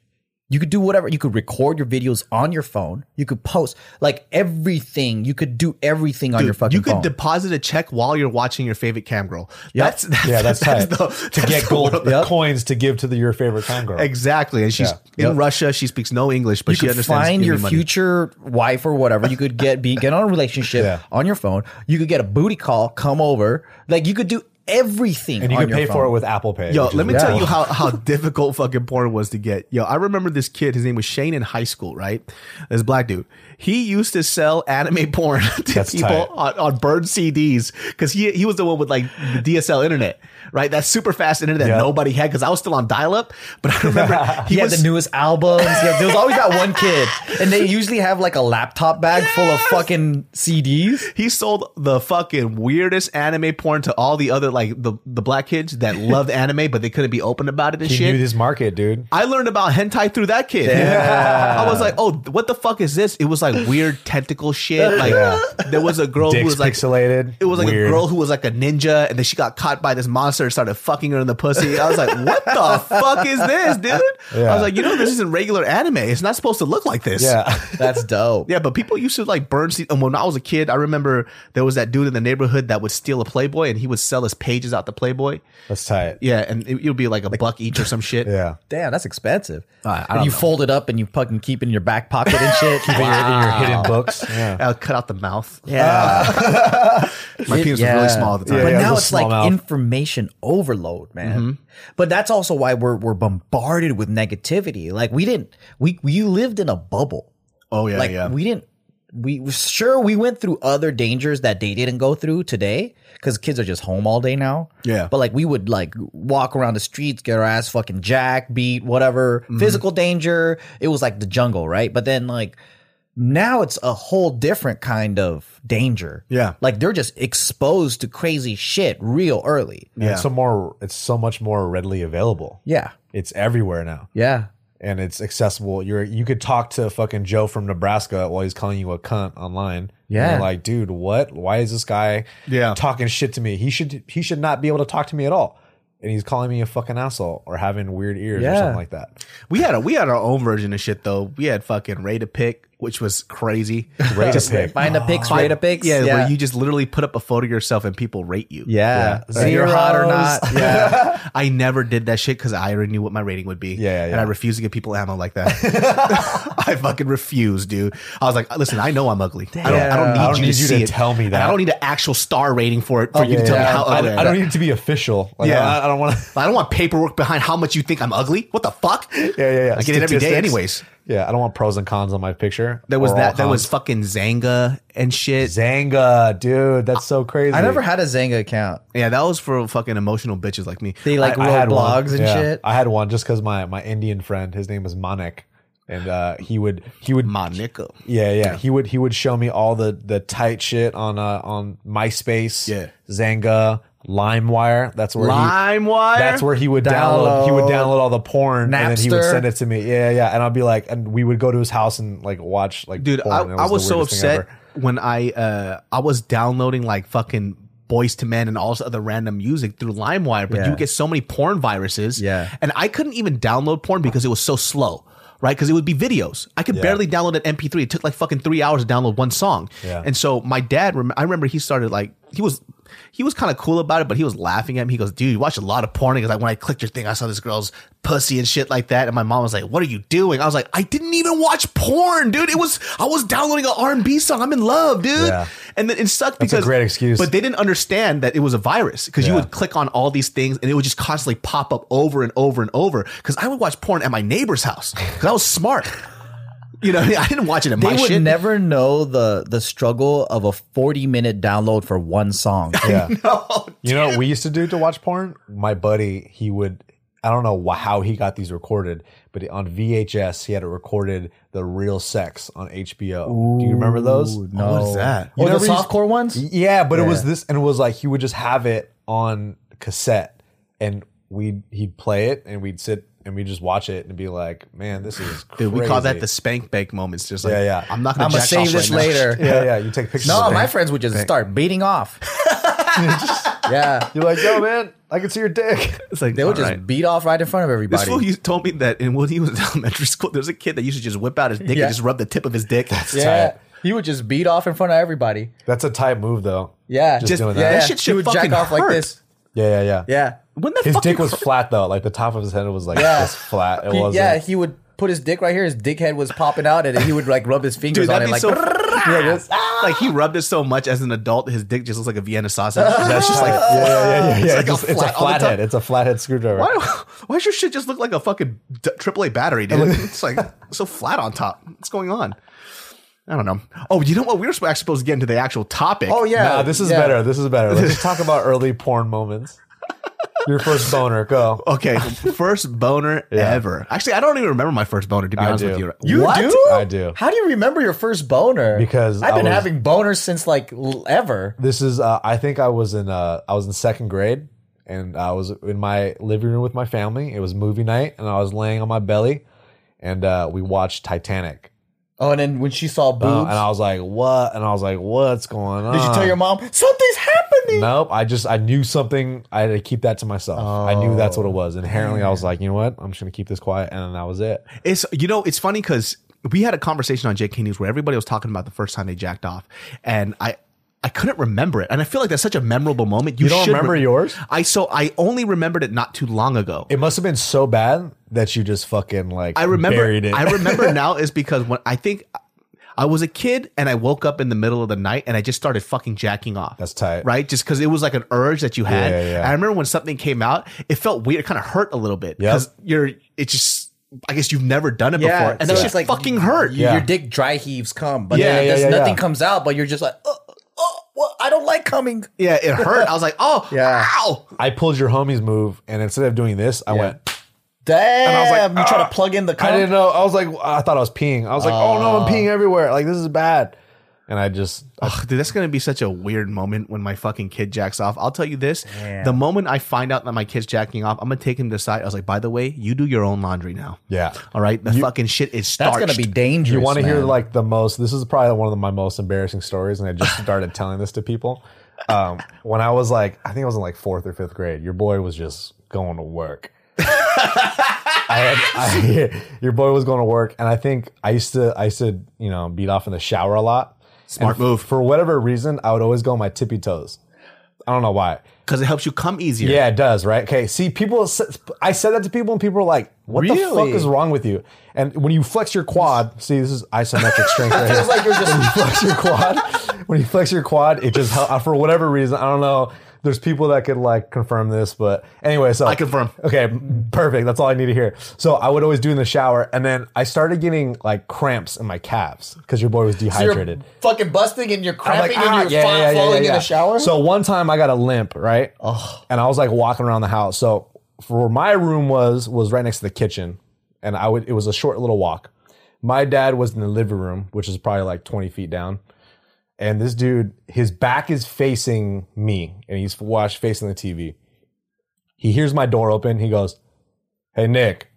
You could do whatever. You could record your videos on your phone. You could post like everything. You could do everything on your fucking
you could
phone.
deposit a check while you're watching your favorite cam girl. That's, that's
Yeah, that's tight.
the-
to
that's
get
the
gold
world.
coins to give to the, your favorite con girl.
Exactly, and she's
Yeah.
in Russia. She speaks no English, but
you
she
could
understands.
find
"Give
your
me money."
future wife or whatever. You could get be get on a relationship
Yeah.
on your phone. You could get a booty call, come over. Like you could do everything.
and you
on
can
your
pay
phone.
for it with Apple Pay.
Yo,
which is
let me
wild.
tell you how, how difficult fucking porn was to get. Yo, I remember this kid. His name was Shane in high school, right? This black dude. He used to sell anime porn to
That's
people
tight.
on, on burned CDs because he he was the one with like the DSL internet, right? That super fast internet that
Yeah.
nobody had because I was still on dial up. But I remember he
He had
was
the newest albums. Yeah, there was always that one kid, and they usually have like a laptop bag full of fucking CDs.
he sold the fucking weirdest anime porn to all the other like the the black kids that loved anime but they couldn't be open about it and
he
shit.
knew this market, dude.
I learned about hentai through that kid. I was like, oh, what the fuck is this? It was like weird tentacle shit. Like there was a girl who
Dicks
was like
pixelated.
It was like
Weird.
a girl who was like a ninja, and then she got caught by this monster and started fucking her in the pussy. I was like, what the fuck is this, dude? I
Yeah.
was like, you know, this isn't regular anime. It's not supposed to look like this.
Yeah.
That's dope.
Yeah, but people used to like burn. C- and when I was a kid, I remember there was that dude in the neighborhood that would steal a Playboy, and he would sell his pages out to Playboy.
That's tight.
Yeah, and it, it would be like a buck each or some shit.
Yeah.
Damn, that's expensive.
I- I
and
don't
you
know.
fold it up and you fucking keep it in your back pocket and shit.
In your- in your hidden books. Yeah.
I'll cut out the mouth. Ah,
Yeah.
My
It-
penis
yeah.
was really small at the time.
But
Yeah,
now
the
it's like
small mouth.
information overload, man. But that's also why we're we're bombarded with negativity. Like we didn't we we lived in a bubble.
oh yeah,
like
yeah.
we didn't we sure we went through other dangers that they didn't go through today because kids are just home all day now
Yeah.
but like we would like walk around the streets get our ass fucking jack beat whatever physical danger it was like the jungle right but then like now it's a whole different kind of danger
Yeah.
like they're just exposed to crazy shit real early
And
Yeah.
It's so more. It's so much more readily available.
yeah
It's everywhere now,
yeah
and it's accessible. You're you could talk to fucking Joe from Nebraska while he's calling you a cunt online. And
Yeah.
you're like, dude, what? Why is this guy
Yeah.
talking shit to me? He should he should not be able to talk to me at all. And he's calling me a fucking asshole or having weird ears or
Yeah.
something like that.
We had a, we had our own version of shit though. We had fucking Ray to pick, which was crazy.
Rate a pick.
find a pics rate a pics
Yeah, where you just literally put up a photo of yourself and people rate you.
yeah,
Yeah.
you're hot or not
Zeros.
yeah
I never did that shit because I already knew what my rating would be.
Yeah, yeah,
And
yeah.
I refused to give people ammo like that. I fucking refuse, dude. I was like, listen, I know I'm ugly. I don't, I don't need
I don't
you
need
to,
you
see
to
it.
tell me
And
that.
I don't need an actual star rating for it for you to tell me how
I,
ugly
I don't need it to be official. Like,
Yeah.
I, I don't want to.
I don't want paperwork behind how much you think I'm ugly. What the fuck? Yeah,
yeah, yeah.
I get it every day,
Statistics.
anyways.
Yeah, I don't want pros and cons on my picture.
There was
Or all
that. There was
cons.
fucking Zanga and shit.
Zanga, dude. That's so crazy.
i never had a zanga account
Yeah, that was for fucking emotional bitches like me.
They like
I
wrote
had one.
blogs and
Yeah.
shit.
I had one just because my my Indian friend, his name was Manik, and uh, he would he would
Monica.
yeah yeah he would he would show me all the the tight shit on uh, on MySpace,
Yeah.
Zanga, LimeWire. That's where he.
LimeWire.
That's where he would download. He would
Download.
download all the porn, and then he would
Napster.
send it to me. Yeah, yeah, and I'd be like, and we would go to his house and like watch like.
dude.
porn.
I,
It
I
the
was so
weirdest thing
upset
ever.
when I uh I was downloading like fucking Boys to Men and all this other random music through LimeWire, but
Yeah.
you get so many porn viruses.
Yeah.
and I couldn't even download porn because it was so slow. Right, because it would be videos. I could barely download an MP3. It took like fucking three hours to download one song.
Yeah.
And so my dad, rem- I remember he started like he was, he was kind of cool about it, but he was laughing at me. He goes, "Dude, you watch a lot of porn." Because like when I clicked your thing, I saw this girl's pussy and shit like that. And my mom was like, "What are you doing?" I was like, "I didn't even watch porn, dude. It was I was downloading an R and B song. I'm in love, dude."
Yeah.
And then it sucked
a
because
great excuse.
But they didn't understand that it was a virus because you
Yeah.
would click on all these things and it would just constantly pop up over and over and over. Because I would watch porn at my neighbor's house because I was smart. You know, I didn't watch it in
They
my
would
shit.
never know the the struggle of a forty minute download for one song.
Yeah. You know what we used to do to watch porn? My buddy, he would. I don't know wh- how he got these recorded, but on VHS he had it recorded the real sex on HBO. do you remember those?
No.
What is that?
You
Or Oh, the
never used-
softcore ones?
Yeah, but it was this, and it was like he would just have it on cassette, and we'd he'd play it and we'd sit and we'd just watch it and be like, man, this is crazy.
Dude, we call that the spank bank moments. Just like,
Yeah, yeah.
I'm not gonna,
I'm gonna
jack
save
off
this
right now.
later.
yeah, yeah. You take pictures.
No,
of
my
it.
friends would just start beating off. yeah.
You're like, yo, man, I can see your dick.
It's like
They would
all
just
right.
beat off right in front of
This fool
everybody.
used, told me that in when he was in elementary school, there was a kid that used to just whip out his dick
Yeah.
and just rub the tip of his dick.
Yeah. He would just beat off in front of everybody.
That's a tight move though.
Yeah.
Just
Just,
doing
yeah.
that.
That shit
He
should
would jack
fucking
off like
hurt.
this.
Yeah, yeah, yeah.
Yeah.
When that
His
fucking
dick was
cr-
flat though. Like the top of his head was like
Yeah.
this flat. It
He-
wasn't.
yeah, he would put his dick right here. His dick head was popping out, and he would like rub his fingers
Dude,
on
that'd
it,
be
like
so. Yeah, just-
Ah!
like he rubbed it so much as an adult, his dick just looks like a Vienna sausage. That's just like,
yeah, yeah, yeah. yeah. It's,
like a
just- it's
flat
a
all the time.
flathead. It's a flathead screwdriver.
why? Why does your shit just look like a fucking d- AAA battery, dude? It's like so flat on top. What's going on? I don't know. Oh, you know what? We were actually supposed to get into the actual topic.
Oh yeah,
Nah, this is
yeah.
better. This is better. Let's just talk about early porn moments. Your first boner, go.
Okay, first boner
Yeah.
ever. Actually, I don't even remember my first boner. To be
I
honest
do.
with you,
You
What?
do?
I do.
How do you remember your first boner?
Because
I've
I
been
was-
having boners since like l- ever.
This is. Uh, I think I was in. Uh, I was in second grade, and I was in my living room with my family. It was movie night, and I was laying on my belly, and uh, we watched Titanic.
Oh, and then when she saw boobs,
Uh, and I was like, "What?" And I was like, "What's going on?"
did you tell your mom something's happening?
Nope. I just I knew something. I had to keep that to myself. I knew that's
Oh,
what it was. Inherently, I was like, you know what? I'm just gonna keep this quiet, and then that was it.
It's you know, it's funny because we had a conversation on JK News where everybody was talking about the first time they jacked off, and I I couldn't remember it, and I feel like that's such a memorable moment. You,
You don't
should
remember
rem-
yours?
I so I only remembered it not too long ago.
It must have been so bad that you just fucking like
I remember.
buried it.
I remember now is because when I think I was a kid and I woke up in the middle of the night and I just started fucking jacking off.
That's tight.
right? Just because it was like an urge that you had.
Yeah, yeah.
I remember when something came out, it felt weird. It kind of hurt a little bit
Yep.
because you're. It just. I guess you've never done it before, and
so
that
it's
shit fucking hurt.
you-
Yeah.
Your dick dry heaves come, but
Yeah,
then
yeah,
there's
yeah,
nothing
yeah.
comes out. But you're just like, oh, oh, well, I don't like coming.
Yeah, it hurt. I was like, oh,
Yeah.
ow.
I pulled your homie's move, and instead of doing this, I went.
Damn,
was like,
you try
"Ah,
to plug in the. Cum?
I didn't know. I was like, I thought I was peeing. I was like, oh no, I'm peeing everywhere. Like this is bad. And I just
Ugh, dude, that's gonna be such a weird moment when my fucking kid jacks off. I'll tell you this: the moment I find out that my kid's jacking off, I'm gonna take him to the side. I was like, by the way, you do your own laundry now.
yeah.
All right, the fucking shit is
That's
starched.
gonna be dangerous.
You want to hear
man.
like the most? This is probably one of my most embarrassing stories, and I just started telling this to people. Um, when I was like, I think I was in like fourth or fifth grade. Your boy was just going to work. I had, I, your boy was going to work, and I think I used to, I used to, you know, beat off in the shower a lot.
Smart
And
move.
For whatever reason, I would always go on my tippy toes. I don't know why.
because it helps you come easier.
Yeah, it does, right? Okay. See, people, s- I said that to people, and people were like, "What the fuck
Really?
is wrong with you?" And when you flex your quad, see, this is isometric strength. Right here.
It's like you're just
flex your quad. When you flex your quad, it just hel- uh, for whatever reason, I don't know. There's people that could like confirm this, but anyway, so
I confirm.
Okay, perfect. That's all I need to hear. So I would always do in the shower, and then I started getting like cramps in my calves because your boy was
you're
dehydrated.
fucking busting and you're
I'm
cramping
"Ah,
and you're fa- falling in the shower.
So one time I got a limp, right? And I was like walking around the house. So for where my room was was right next to the kitchen, and I would it was a short little walk. My dad was in the living room, which is probably like twenty feet down. And this dude, his back is facing me, and he's watched facing the TV. He hears my door open. He goes, "Hey Nick,"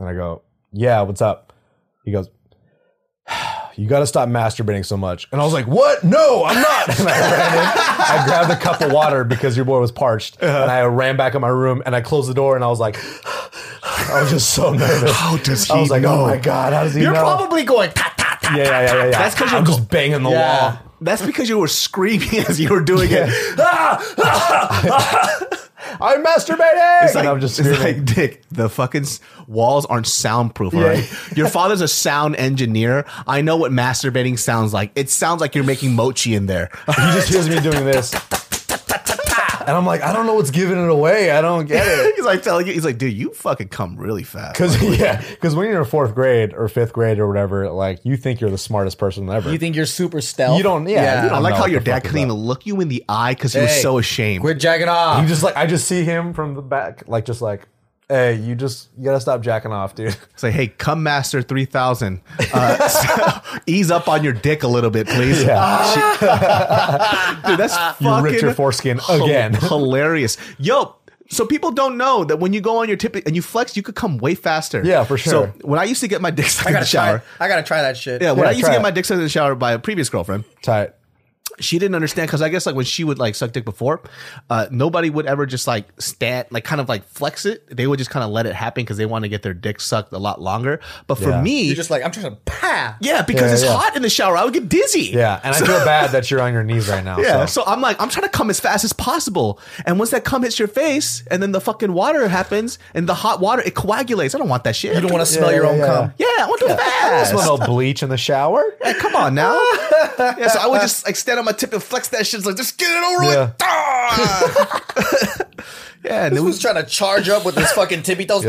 and I go, "Yeah, what's up?" He goes, you got to stop masturbating so much. And I was like, what? No, I'm not. And I ran in. I grabbed a cup of water because your boy was parched.
Uh-huh.
And I ran back in my room and I closed the door and I was like, I was just so nervous.
How does
I was
he
like,
know?
oh my God, how does he
you're
know?
probably going. Ta, ta, ta,
yeah, yeah, yeah, yeah, yeah.
That's 'cause
I'm
you're-
just banging the
Yeah.
wall.
That's because you were screaming as you were doing it.
I'm masturbating.
It's like,
and I'm just
it's
screaming.
like Dick, the fucking s- walls aren't soundproof, all
Yeah.
right? Your father's a sound engineer. I know what masturbating sounds like. It sounds like you're making mochi in there.
he just hears me doing this. and I'm like, I don't know what's giving it away. I don't get it.
he's like telling you, he's like, dude, you fucking come really fast.
Cause yeah, because when you're in fourth grade or fifth grade or whatever, like you think you're the smartest person ever.
You think you're super stealth?
You don't- yeah, you
I
don't-
like
know
how
what
your
the
dad
fuck is
couldn't even
that.
look you in the eye because he was
Hey,
so ashamed.
Quit jacking off.
You just like I just see him from the back, like just like, hey, you just you gotta stop jacking off, dude.
It's like, hey, come master 3000. Uh, so- ease up on your dick a little bit, please. Dude, that's
you ripped your
fucking
foreskin
Hil-
again.
hilarious. Yo, So people don't know that when you go on your tip and you flex, you could come way faster.
Yeah, for
So
sure.
when I used to get my dick sucked
I
in the
gotta try.
shower,
it. I gotta try that shit.
yeah, when
Yeah,
I used to
try
get
it.
my dick sucked in the shower by a previous girlfriend,
Tight.
she didn't understand because I guess like when she would like suck dick before, uh, nobody would ever just like stand like kind of like flex it. They would just kind of let it happen because they want to get their dick sucked a lot longer. But for
Yeah.
me,
You're just like I'm trying to pa.
yeah, because
Yeah,
it's
yeah.
hot in the shower, I would get dizzy.
Yeah, and I feel bad that you're on your knees right now.
Yeah,
so.
so I'm like, I'm trying to come as fast as possible, and once that cum hits your face, and then the fucking water happens, and the hot water it coagulates. I don't want that shit.
You don't want to smell
yeah,
your own
yeah.
cum.
Yeah, I want to fast.
smell no bleach in the shower.
Hey, come on now. yeah, so I would just like stand on my tip and flex that shit. It's like, just get it over
Yeah.
with. Ah! yeah, and it was
Who's trying to charge up with this fucking tippy toes?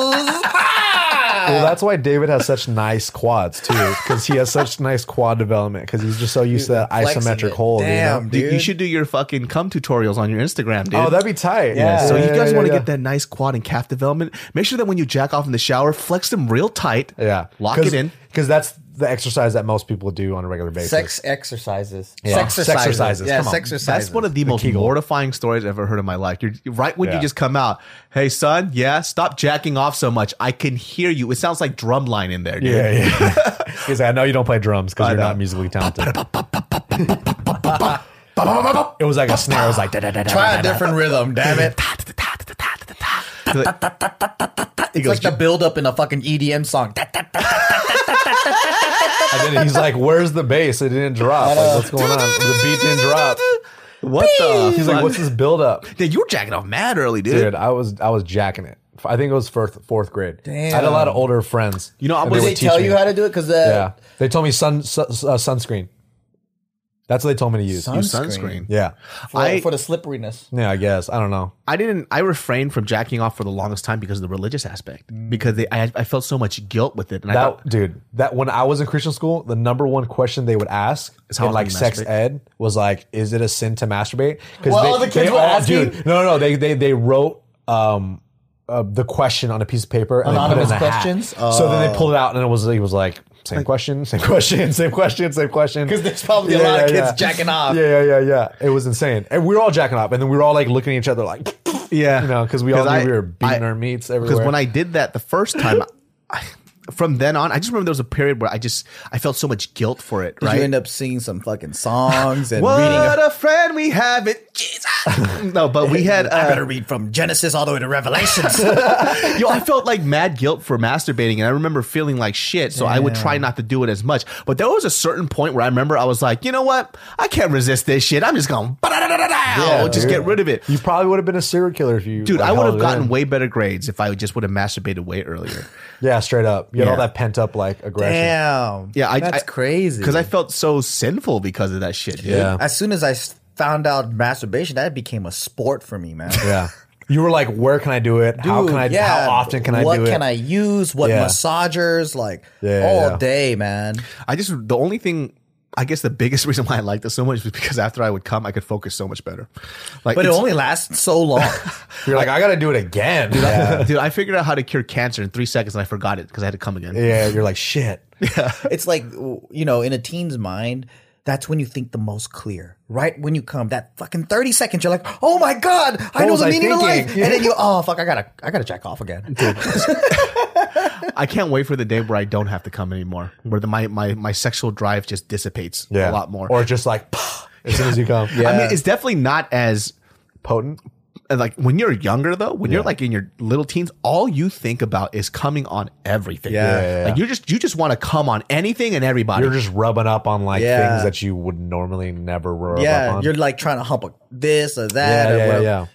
Uh,
Well, that's why David has such nice quads too, because he has such nice quad development. Because he's just so used to that
flexing
isometric
it.
hold. you know?
Damn,
You- You
dude.
should do your fucking cum tutorials on your Instagram, dude.
Oh, that'd be tight.
Yeah,
so you
yeah,
guys
yeah,
want to
yeah.
get that nice quad and calf development. Make sure that when you jack off in the shower, flex them real tight.
Yeah,
Lock it in.
because that's the exercise that most people do on a regular basis.
Sex exercises.
Yeah.
Sex exercises.
Sexercises,
Yeah,
come on.
sex exercises.
That's one of the, most mortifying stories I've ever heard in my life. You're right when you
Yeah.
just come out. Hey, son, yeah, stop jacking off so much. I can hear you. It sounds like drumline in there. Dude.
Yeah, yeah. He's like, I know you don't play drums because you're
know.
not musically talented. it was like a snare. It was like da da da da.
Try a different rhythm, damn it. It's like the build up in a fucking EDM song.
And then he's like, "Where's the bass? It didn't drop. Like, what's going on? The beat didn't drop."
What the?
He's like, "What's this build up?"
Dude, you were jacking off mad early, dude.
Dude, I was I was jacking it. I think it was fourth fourth grade. I had a lot of older friends.
You know, I
and
was-
would
Did they
teach
tell
me.
you how to do it? Because uh,
Yeah, they told me sun, su- uh, sunscreen. That's what they told me to use.
Use sunscreen.
yeah,
For,
I-
for the slipperiness.
yeah. I guess I don't know.
I didn't. I refrained from jacking off for the longest time because of the religious aspect.
Mm.
Because they, I, I felt so much guilt with it, and I
That
thought,
dude. That when I was in Christian school, the number one question they would ask
how
in like
often you
sex
masturbate?
ed was like, "Is it a sin to masturbate?" Because
Well, the kids were asking?
no, no, no. They they they wrote um uh, the question on a piece of paper and they put it in
Anonymous
a hat.
questions?
So then they pulled it out and it was it was like same question, same question, same question, same question.
Because there's probably a lot of kids jacking off.
Yeah, yeah, yeah, yeah. It was insane, and we were all jacking off, and then we were all like looking at each other like.
yeah,
You know, because we all knew
I-
we were beating
I-
our meats
Because
everywhere.
when I did that the first time, I, from then on, I just remember there was a period where I just I felt so much guilt for it.
You
Right?
end up singing some fucking songs and reading.
what
A,
a friend we have in Jesus. no, but we had.
I
Uh,
better read from Genesis all the way to Revelations.
yo, I felt like mad guilt for masturbating, and I remember feeling like shit. So I would try not to do it as much. But there was a certain point where I remember I was like, you know what? I can't resist this shit. I'm just going, to just
dude.
get rid of it.
you probably would have been a serial killer if you,
Dude,
like,
I would
held
have
it
gotten
in.
way better grades if I just would have masturbated way earlier.
Yeah, straight up. You had all
Yeah.
that pent up like aggression.
Damn.
Yeah, I-
that's
I-
crazy.
Because I felt so sinful because of that shit, dude.
Yeah.
as soon as I s- found out masturbation, that became a sport for me, man.
Yeah. You were like, where can I do it? how
Dude,
can I?
yeah,
How often can I
what
do it?
can I use? What
Yeah.
massagers? Like
Yeah,
all
yeah.
day, man.
I just, the only thing, I guess the biggest reason why I liked it so much was because after I would come, I could focus so much better. Like,
But it
it's-
only lasts so long.
You're like, I got to do it again. Yeah.
dude, I figured out how to cure cancer in three seconds and I forgot it because I had to come again.
Yeah, You're like, shit.
it's like you know, in a teen's mind, that's when you think the most clear. Right when you come, that fucking thirty seconds, you're like, "Oh my god, I
What
know
was
the
I
meaning of
thinking?
life." And then you, "Oh fuck, I gotta, I gotta jack off again."
I can't wait for the day where I don't have to come anymore, where the, my, my, my sexual drive just dissipates
Yeah.
a lot more.
Or just like, as soon as you come.
I mean, it's definitely not as
potent.
and, like when you're younger though, when you're like in your little teens, all you think about is coming on everything.
Yeah.
Yeah, yeah,
Like you just you just want to come on anything and everybody.
You're just rubbing up on like
Yeah.
things that you would normally never rub up
yeah,
on.
you're like trying to hump a this or that.
yeah,
or
yeah, yeah,
whatever.
yeah.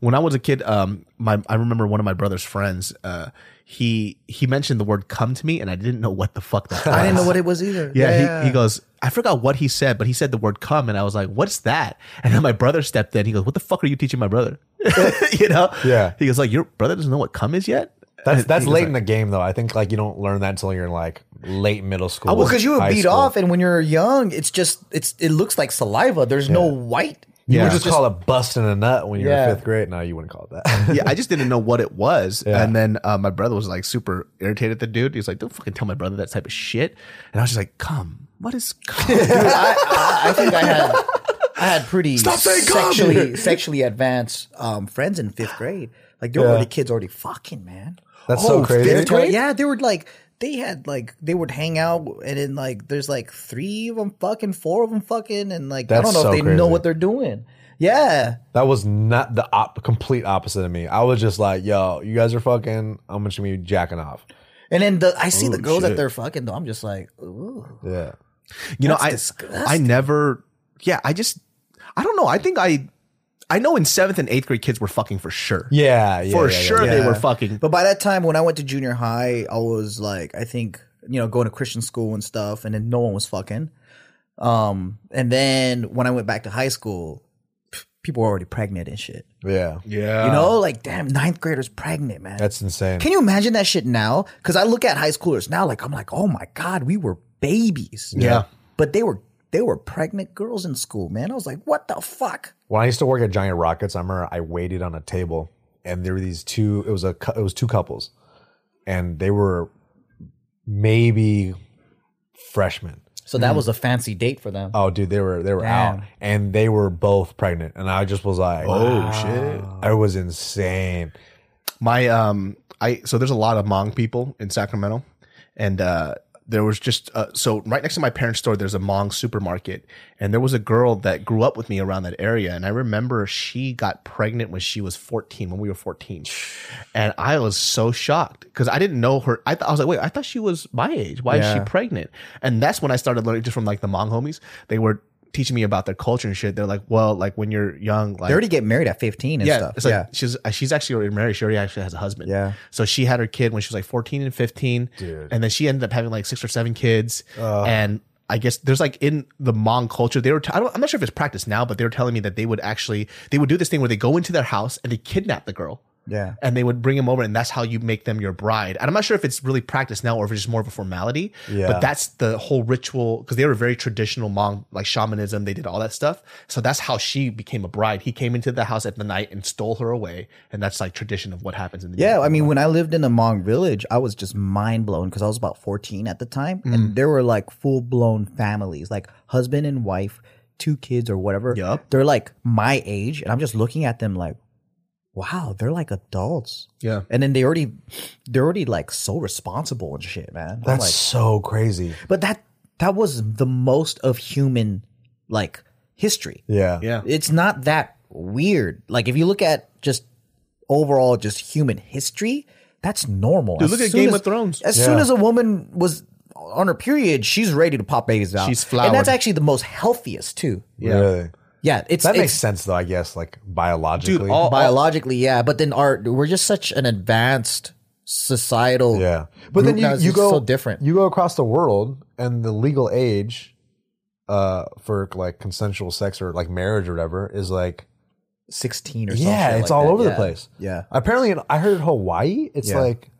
when I was a kid, um, my I remember one of my brother's friends, uh, he he mentioned the word "come" to me, and I didn't know what the fuck that.
I didn't
was.
know what it was either.
Yeah, He, he goes, I forgot what he said, but he said the word "come," and I was like, "What's that?" And then my brother stepped in. He goes, "What the fuck are you teaching my brother?" you know?
Yeah.
He goes, "Like your brother doesn't know what "come" is yet."
That's
He
that's
was
late
like-
in the game though. I think like you don't learn that until you're in like late middle school.
Oh, Well, because you were
high
beat
school.
off, and when you're young, it's just it's it looks like saliva. There's no white.
You
Yeah.
would just, call it busting a nut when you were
Yeah.
in fifth grade. No, you wouldn't call it that.
yeah, I just didn't know what it was.
Yeah.
And then uh, my brother was like super irritated at the dude. He's like, don't fucking tell my brother that type of shit. And I was just like, come. What is cum?
I, I, I think I had I had pretty
Stop saying cum!
sexually sexually advanced um, friends in fifth grade. Like they were
Yeah.
already kids already fucking man.
That's
Oh,
so crazy.
fifth grade?
Yeah, they were like they had like they would hang out and then like there's like three of them fucking, four of them fucking, and like I
That's
don't know
so
if they
crazy.
know what they're doing. Yeah,
That was not the op- complete opposite of me. I was just like, yo, you guys are fucking. I'm going to be jacking off.
and then the, I see the girls that
shit.
they're fucking though. I'm just like, ooh,
Yeah.
You know,
That's
I
disgusting.
I never. Yeah, I just. I don't know. I think I. I know in seventh and eighth grade, kids were fucking for sure.
Yeah. yeah
for
yeah, yeah,
sure,
yeah.
they were fucking.
But by that time, when I went to junior high, I was like, I think you know, going to Christian school and stuff, and then no one was fucking. Um, and then when I went back to high school, pff, people were already pregnant and shit.
Yeah.
Yeah,
You know, like damn, ninth graders pregnant, man.
That's insane.
Can you imagine that shit now? Because I look at high schoolers now, like I'm like, oh my god, we were babies.
Yeah.
but they were they were pregnant girls in school, man. I was like, what the fuck?
when I used to work at Giant Rockets, I remember I waited on a table, and there were these two. It was a cou- it was two couples, and they were maybe freshmen.
So that was a fancy date for
Uh,
them.
Oh, dude, they were they were
Damn.
out, and they were both pregnant, and I just was like,
Oh
wow.
shit.
I was insane.
my um i so there's a lot of Hmong people in sacramento and uh there was just uh, so right next to my parents store there's a Hmong supermarket and there was a girl that grew up with me around that area and i remember she got pregnant when she was 14 when we were 14 and i was so shocked because i didn't know her I, th- I was like wait i thought she was my age why is
Yeah.
she pregnant and that's when i started learning just from like the Hmong homies they were teaching me about their culture and shit they're like well like when you're young like
They already get married at 15 and
yeah,
stuff.
It's like
yeah,
she's uh, she's actually already married. She already actually has a husband.
Yeah.
So she had her kid when she was like 14 and 15.
Dude.
And then she ended up having like six or seven kids. and I guess there's like in the Hmong culture, they were, t- I don't, I'm not sure if it's practiced now, but they were telling me that they would actually, they would do this thing where they go into their house and they kidnap the girl
yeah.
and they would bring him over and that's how you make them your bride and i'm not sure if it's really practiced now or if it's just more of a formality
Yeah.
but that's the whole ritual because they were very traditional Hmong, like shamanism they did all that stuff so that's how she became a bride he came into the house at the night and stole her away and that's like tradition of what happens in the
Yeah, I mean, when I lived in the Hmong village, I was just mind blown because I was about 14 at the time, and there were like full blown families, like husband and wife, two kids or whatever.
Yup.
They're like my age, and I'm just looking at them like, wow, they're like adults.
yeah
And then they already, they're already like so responsible and shit, man. I'm
That's
like,
so crazy.
but that that was the most of human like history
Yeah.
yeah
it's not that weird. Like if you look at just overall just human history, that's normal.
Dude,
As
look at
soon
Game
as-
of Thrones.
As soon as a woman was on her period, she's ready to pop babies out.
She's
and that's
flowered.
actually the most healthiest too.
Really.
Yeah, it's
That
it's-
makes sense though, I guess, like biologically.
dude all, all-
biologically, yeah. But then art, we're just such an advanced societal.
Yeah, but
group
then
now,
you,
it's
you
just
go
so different.
You go across the world, and the legal age uh, for like consensual sex or like marriage or whatever is like
sixteen or some
yeah,
shit
it's
like
all
that,
over
yeah.
the place.
Yeah.
Apparently, in, I heard in Hawaii, it's
Yeah.
like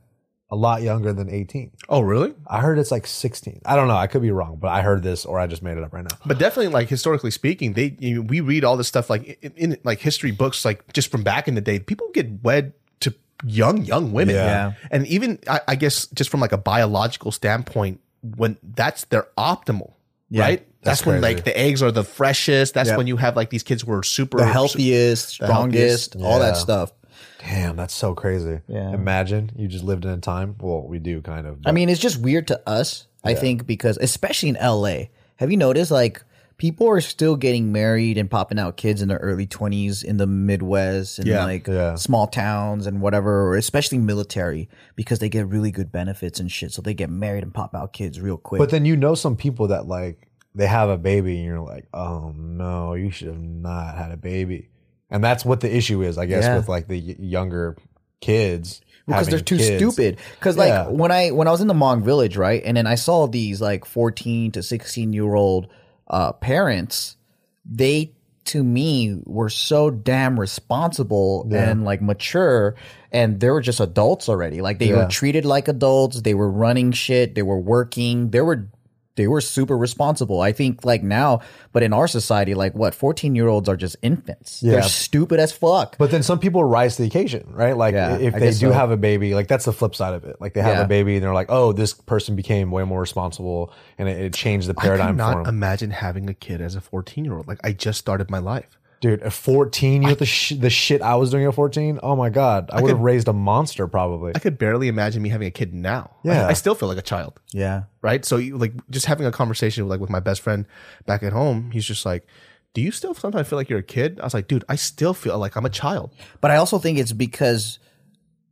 a lot younger than eighteen.
oh really
I heard it's like sixteen. I don't know. I could be wrong, but I heard this or I just made it up right now.
but definitely like historically speaking they you know, we read all this stuff like in, in like history books like just from back in the day people get wed to young young women
Yeah. Yeah.
and even I, I guess just from like a biological standpoint when that's their optimal right that's,
That's
when
crazy.
like the eggs are the freshest that's
Yeah.
when you have like these kids who are super
The healthiest, strongest, all that
Yeah.
stuff.
Damn, that's so crazy.
Yeah.
Imagine you just lived in a time. Well, we do kind of.
I
but-
mean, it's just weird to us, I think, because especially in LA, have you noticed like people are still getting married and popping out kids in their early 20s in the Midwest and
Yeah,
like
yeah.
small towns and whatever, or especially military because they get really good benefits and shit. So they get married and pop out kids real quick.
But then you know some people that like they have a baby and you're like, oh no, you should have not had a baby, and that's what the issue is, I guess,
Yeah.
with like the y- younger kids
because
having
they're too
kids.
stupid. Because like
Yeah.
when I when I was in the Hmong village, right, and then I saw these like fourteen to sixteen year old uh, parents, they to me were so damn responsible and like mature, and they were just adults already. Like they were
Yeah.
treated like adults. They were running shit. They were working. They were they were super responsible. I think like now, but in our society, like what 14 year olds are just infants.
Yeah.
They're stupid as fuck.
But then some people rise to the occasion, right? Like
Yeah,
if
I
they do
guess so.
have a baby, like that's the flip side of it. Like they have
Yeah.
a baby and they're like, oh, this person became way more responsible and it, it changed the
I
paradigm for
cannot
them.
imagine having a kid as a 14 year old. Like I just started my life.
Dude, at 14, you know the, sh- the shit I was doing at 14? Oh my God. I, would have raised a monster probably.
I could barely imagine me having a kid now. I-
Yeah.
I, still feel like a child,
Yeah.
right? So you like just having a conversation with, like with my best friend back at home. He's just like, "Do you still sometimes feel like you're a kid?" I was like, "Dude, I still feel like I'm a child."
But I also think it's because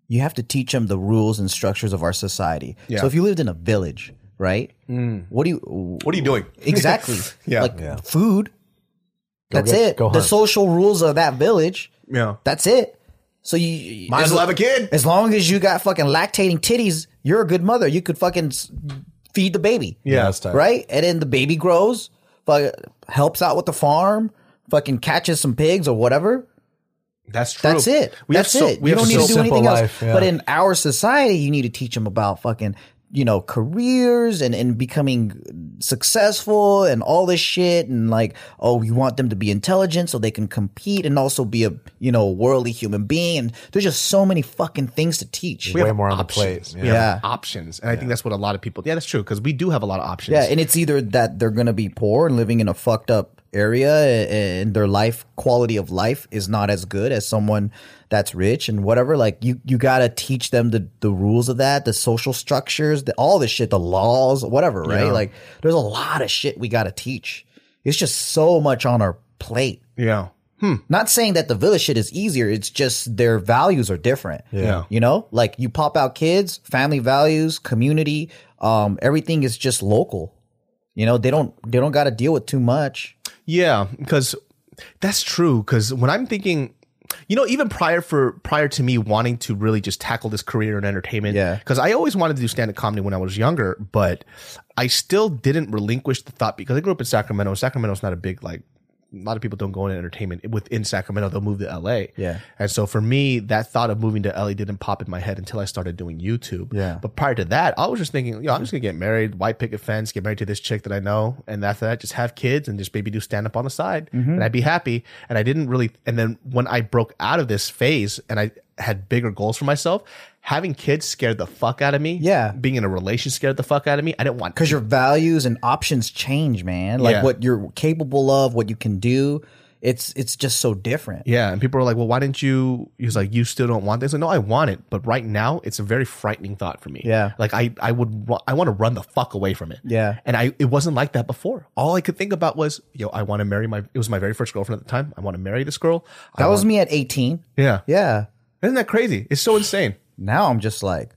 you have to teach them the rules and structures of our society. So if you lived in a village, right? What do you what
are Mm. you doing?
exactly?
Yeah.
Like food. That's
get-
it.
go
The
hunt.
social rules of that village.
Yeah.
That's it. So you
Might as well have a kid.
As long as you got fucking lactating titties, you're a good mother. You could fucking s- feed the baby.
Yeah, that's tight.
Right? And then the baby grows, fuck, helps out with the farm, fucking catches some pigs or whatever.
That's true.
That's it.
We have
That's
so-
it.
We
you
have
don't need
so
to do
simple
anything else.
life, yeah.
But in our society, you need to teach them about fucking, you know, careers and, and becoming successful and all this shit. And like, oh, you want them to be intelligent so they can compete and also be a, you know, worldly human being. And there's just so many fucking things to teach.
Way more on the plate.
We
Yeah.
have
Yeah.
options, and I think that's what a lot of people. Yeah, that's true because we do have a lot of options.
Yeah, and it's either that they're gonna be poor and living in a fucked up area, and their life quality of life is not as good as someone that's rich and whatever. Like you, you gotta teach them the the rules of that, the social structures, the, all this shit, the laws, whatever. Right? Like there's a lot of shit we gotta teach. It's just so much on our plate.
yeah,
Not saying that the village shit is easier. It's just their values are different.
Yeah.
You know, like you pop out kids, family values, community, um, everything is just local. You know, they don't they don't got to deal with too much.
yeah, because that's true. Because when I'm thinking, you know, even prior for prior to me wanting to really just tackle this career in entertainment,
Yeah.
Because I always wanted to do stand up comedy when I was younger, but I still didn't relinquish the thought because I grew up in Sacramento. Sacramento's not a big like. A lot of people don't go into entertainment within Sacramento. They'll move to LA.
Yeah.
And so for me, that thought of moving to LA didn't pop in my head until I started doing YouTube.
Yeah.
But prior to that, I was just thinking, you know, I'm just gonna get married, white picket fence, get married to this chick that I know, and after that, just have kids and just maybe do stand up on the side,
Mm-hmm.
and I'd be happy. And I didn't really. And then when I broke out of this phase and I had bigger goals for myself, having kids scared the fuck out of me.
Yeah.
Being in a relationship scared the fuck out of me. I didn't want
Because your values and options change, man. Like
Yeah.
what you're capable of, what you can do. It's it's just so different.
Yeah, and people are like, "Well, why didn't you?" He's like, "You still don't want this." Like, no, I want it, but right now, it's a very frightening thought for me.
Yeah.
like I, I would, ru- I want to run the fuck away from it.
Yeah.
and I, it wasn't like that before. All I could think about was, yo, I want to marry my. It was my very first girlfriend at the time. I want to marry this girl. I
That was
want-
me at 18.
yeah.
Yeah.
Isn't that crazy? It's so insane.
Now I'm just like,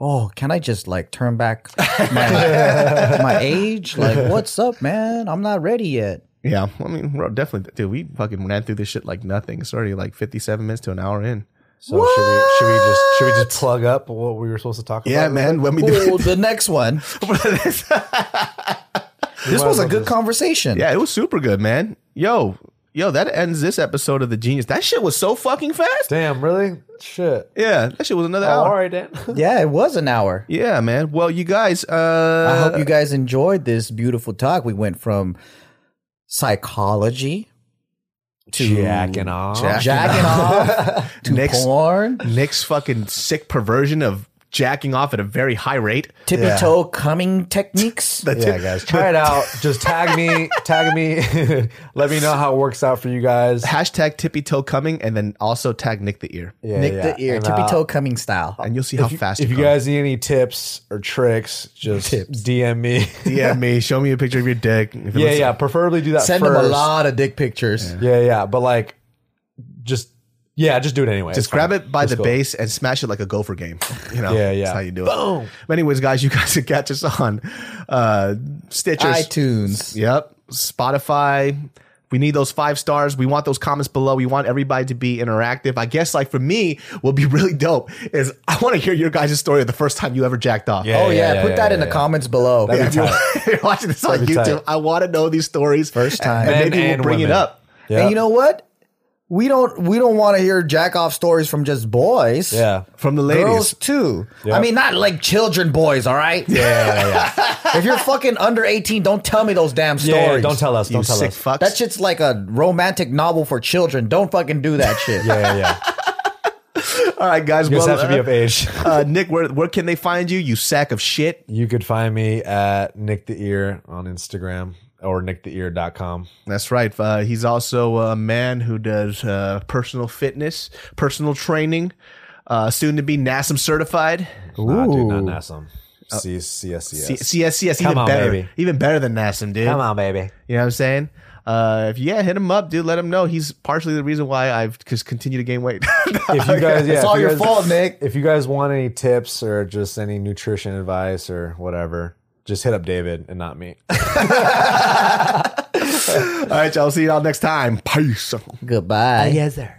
oh, can I just like turn back my my age? Like, what's up, man? I'm not ready yet.
Yeah, I mean, we're definitely, dude. We fucking ran through this shit like nothing. It's already like fifty-seven minutes to an hour in.
So should we, should we just should we just plug up what we were supposed to talk about?
When we
Ooh, the next one. This was a good conversation.
Yeah, it was super good, man. Yo, yo, that ends this episode of The Genius. That shit was so fucking fast.
Damn, really? Shit.
Yeah, that shit was another
Oh,
hour.
all right, Dan.
Yeah, it was an hour.
Yeah, man. Well, you guys, uh,
I hope you guys enjoyed this beautiful talk. We went from psychology to
Jacking off.
Jack-
jacking off to
Next-
porn,
Nick's fucking sick perversion of jacking off at a very high rate.
tippy
Yeah.
toe coming techniques.
Yeah, guys, try it out. Just tag me, tag me. Let me know how it works out for you guys.
Hashtag tippy toe coming, and then also tag Nick the ear,
Yeah,
Nick
yeah.
the ear,
And,
tippy
uh,
toe coming style.
and you'll see how
if you-
fast.
If you
come.
guys need any tips or tricks, just DM me.
DM me, show me a picture of your dick. If it
yeah,
looks-
yeah. Preferably do that
Send
first.
them a lot of dick pictures.
Yeah, yeah. But like, just yeah, just do it anyway.
Just
It's fine.
grab it by
Let's
the
go.
base and smash it like a gopher game. You know,
Yeah, yeah.
That's how you do it. Boom. But anyways, guys, you guys can catch us on uh, Stitcher,
iTunes.
Yep. Spotify. We need those five stars. We want those comments below. We want everybody to be interactive. I guess like for me, what'd be really dope is I want to hear your guys' story of the first time you ever jacked off. Oh,
Yeah,
Oh yeah, put that
yeah,
in the
yeah.
comments below.
That'd
If
be
you're,
tight.
if you're watching this on
That'd be
YouTube,
tight.
I want to know these stories.
First time.
And maybe
Men
we'll
and
bring it
women.
up.
Yeah.
And you know what? We don't we don't want to hear jack off stories from just boys.
Yeah.
From the ladies.
girls too. I mean, not like children, boys. All right.
Yeah, yeah, yeah.
if you're fucking under 18, don't tell me those damn stories.
Yeah, yeah, don't tell us.
You
Don't tell
sick
us.
fucks.
That shit's like a romantic novel for children. Don't fucking do that shit.
Yeah, yeah, yeah.
All right, guys.
You guys
Well,
have to be
uh,
of age.
uh, Nick, where where can they find you? You sack of shit.
You could find me at Nick the Ear on Instagram or nicktheear.com.
That's right. Uh, he's also a man who does uh, personal fitness, personal training. Uh, soon to be NASM certified.
Nah, dude, not
Ooh. Uh,
NASM. C- CSCS.
C- CSCS,
Come
even
on,
better,
baby.
even better than NASM, dude.
Come on, baby.
You know what I'm saying? Uh, if yeah, hit him up, dude. Let him know he's partially the reason why I've just continued to gain weight.
If you guys, yeah,
it's
if
all
you
your
guys-
fault, Nick.
If you guys want any tips or just any nutrition advice or whatever, just hit up David and not me.
All right, y'all. See y'all next time. Peace.
Goodbye.
yes, sir.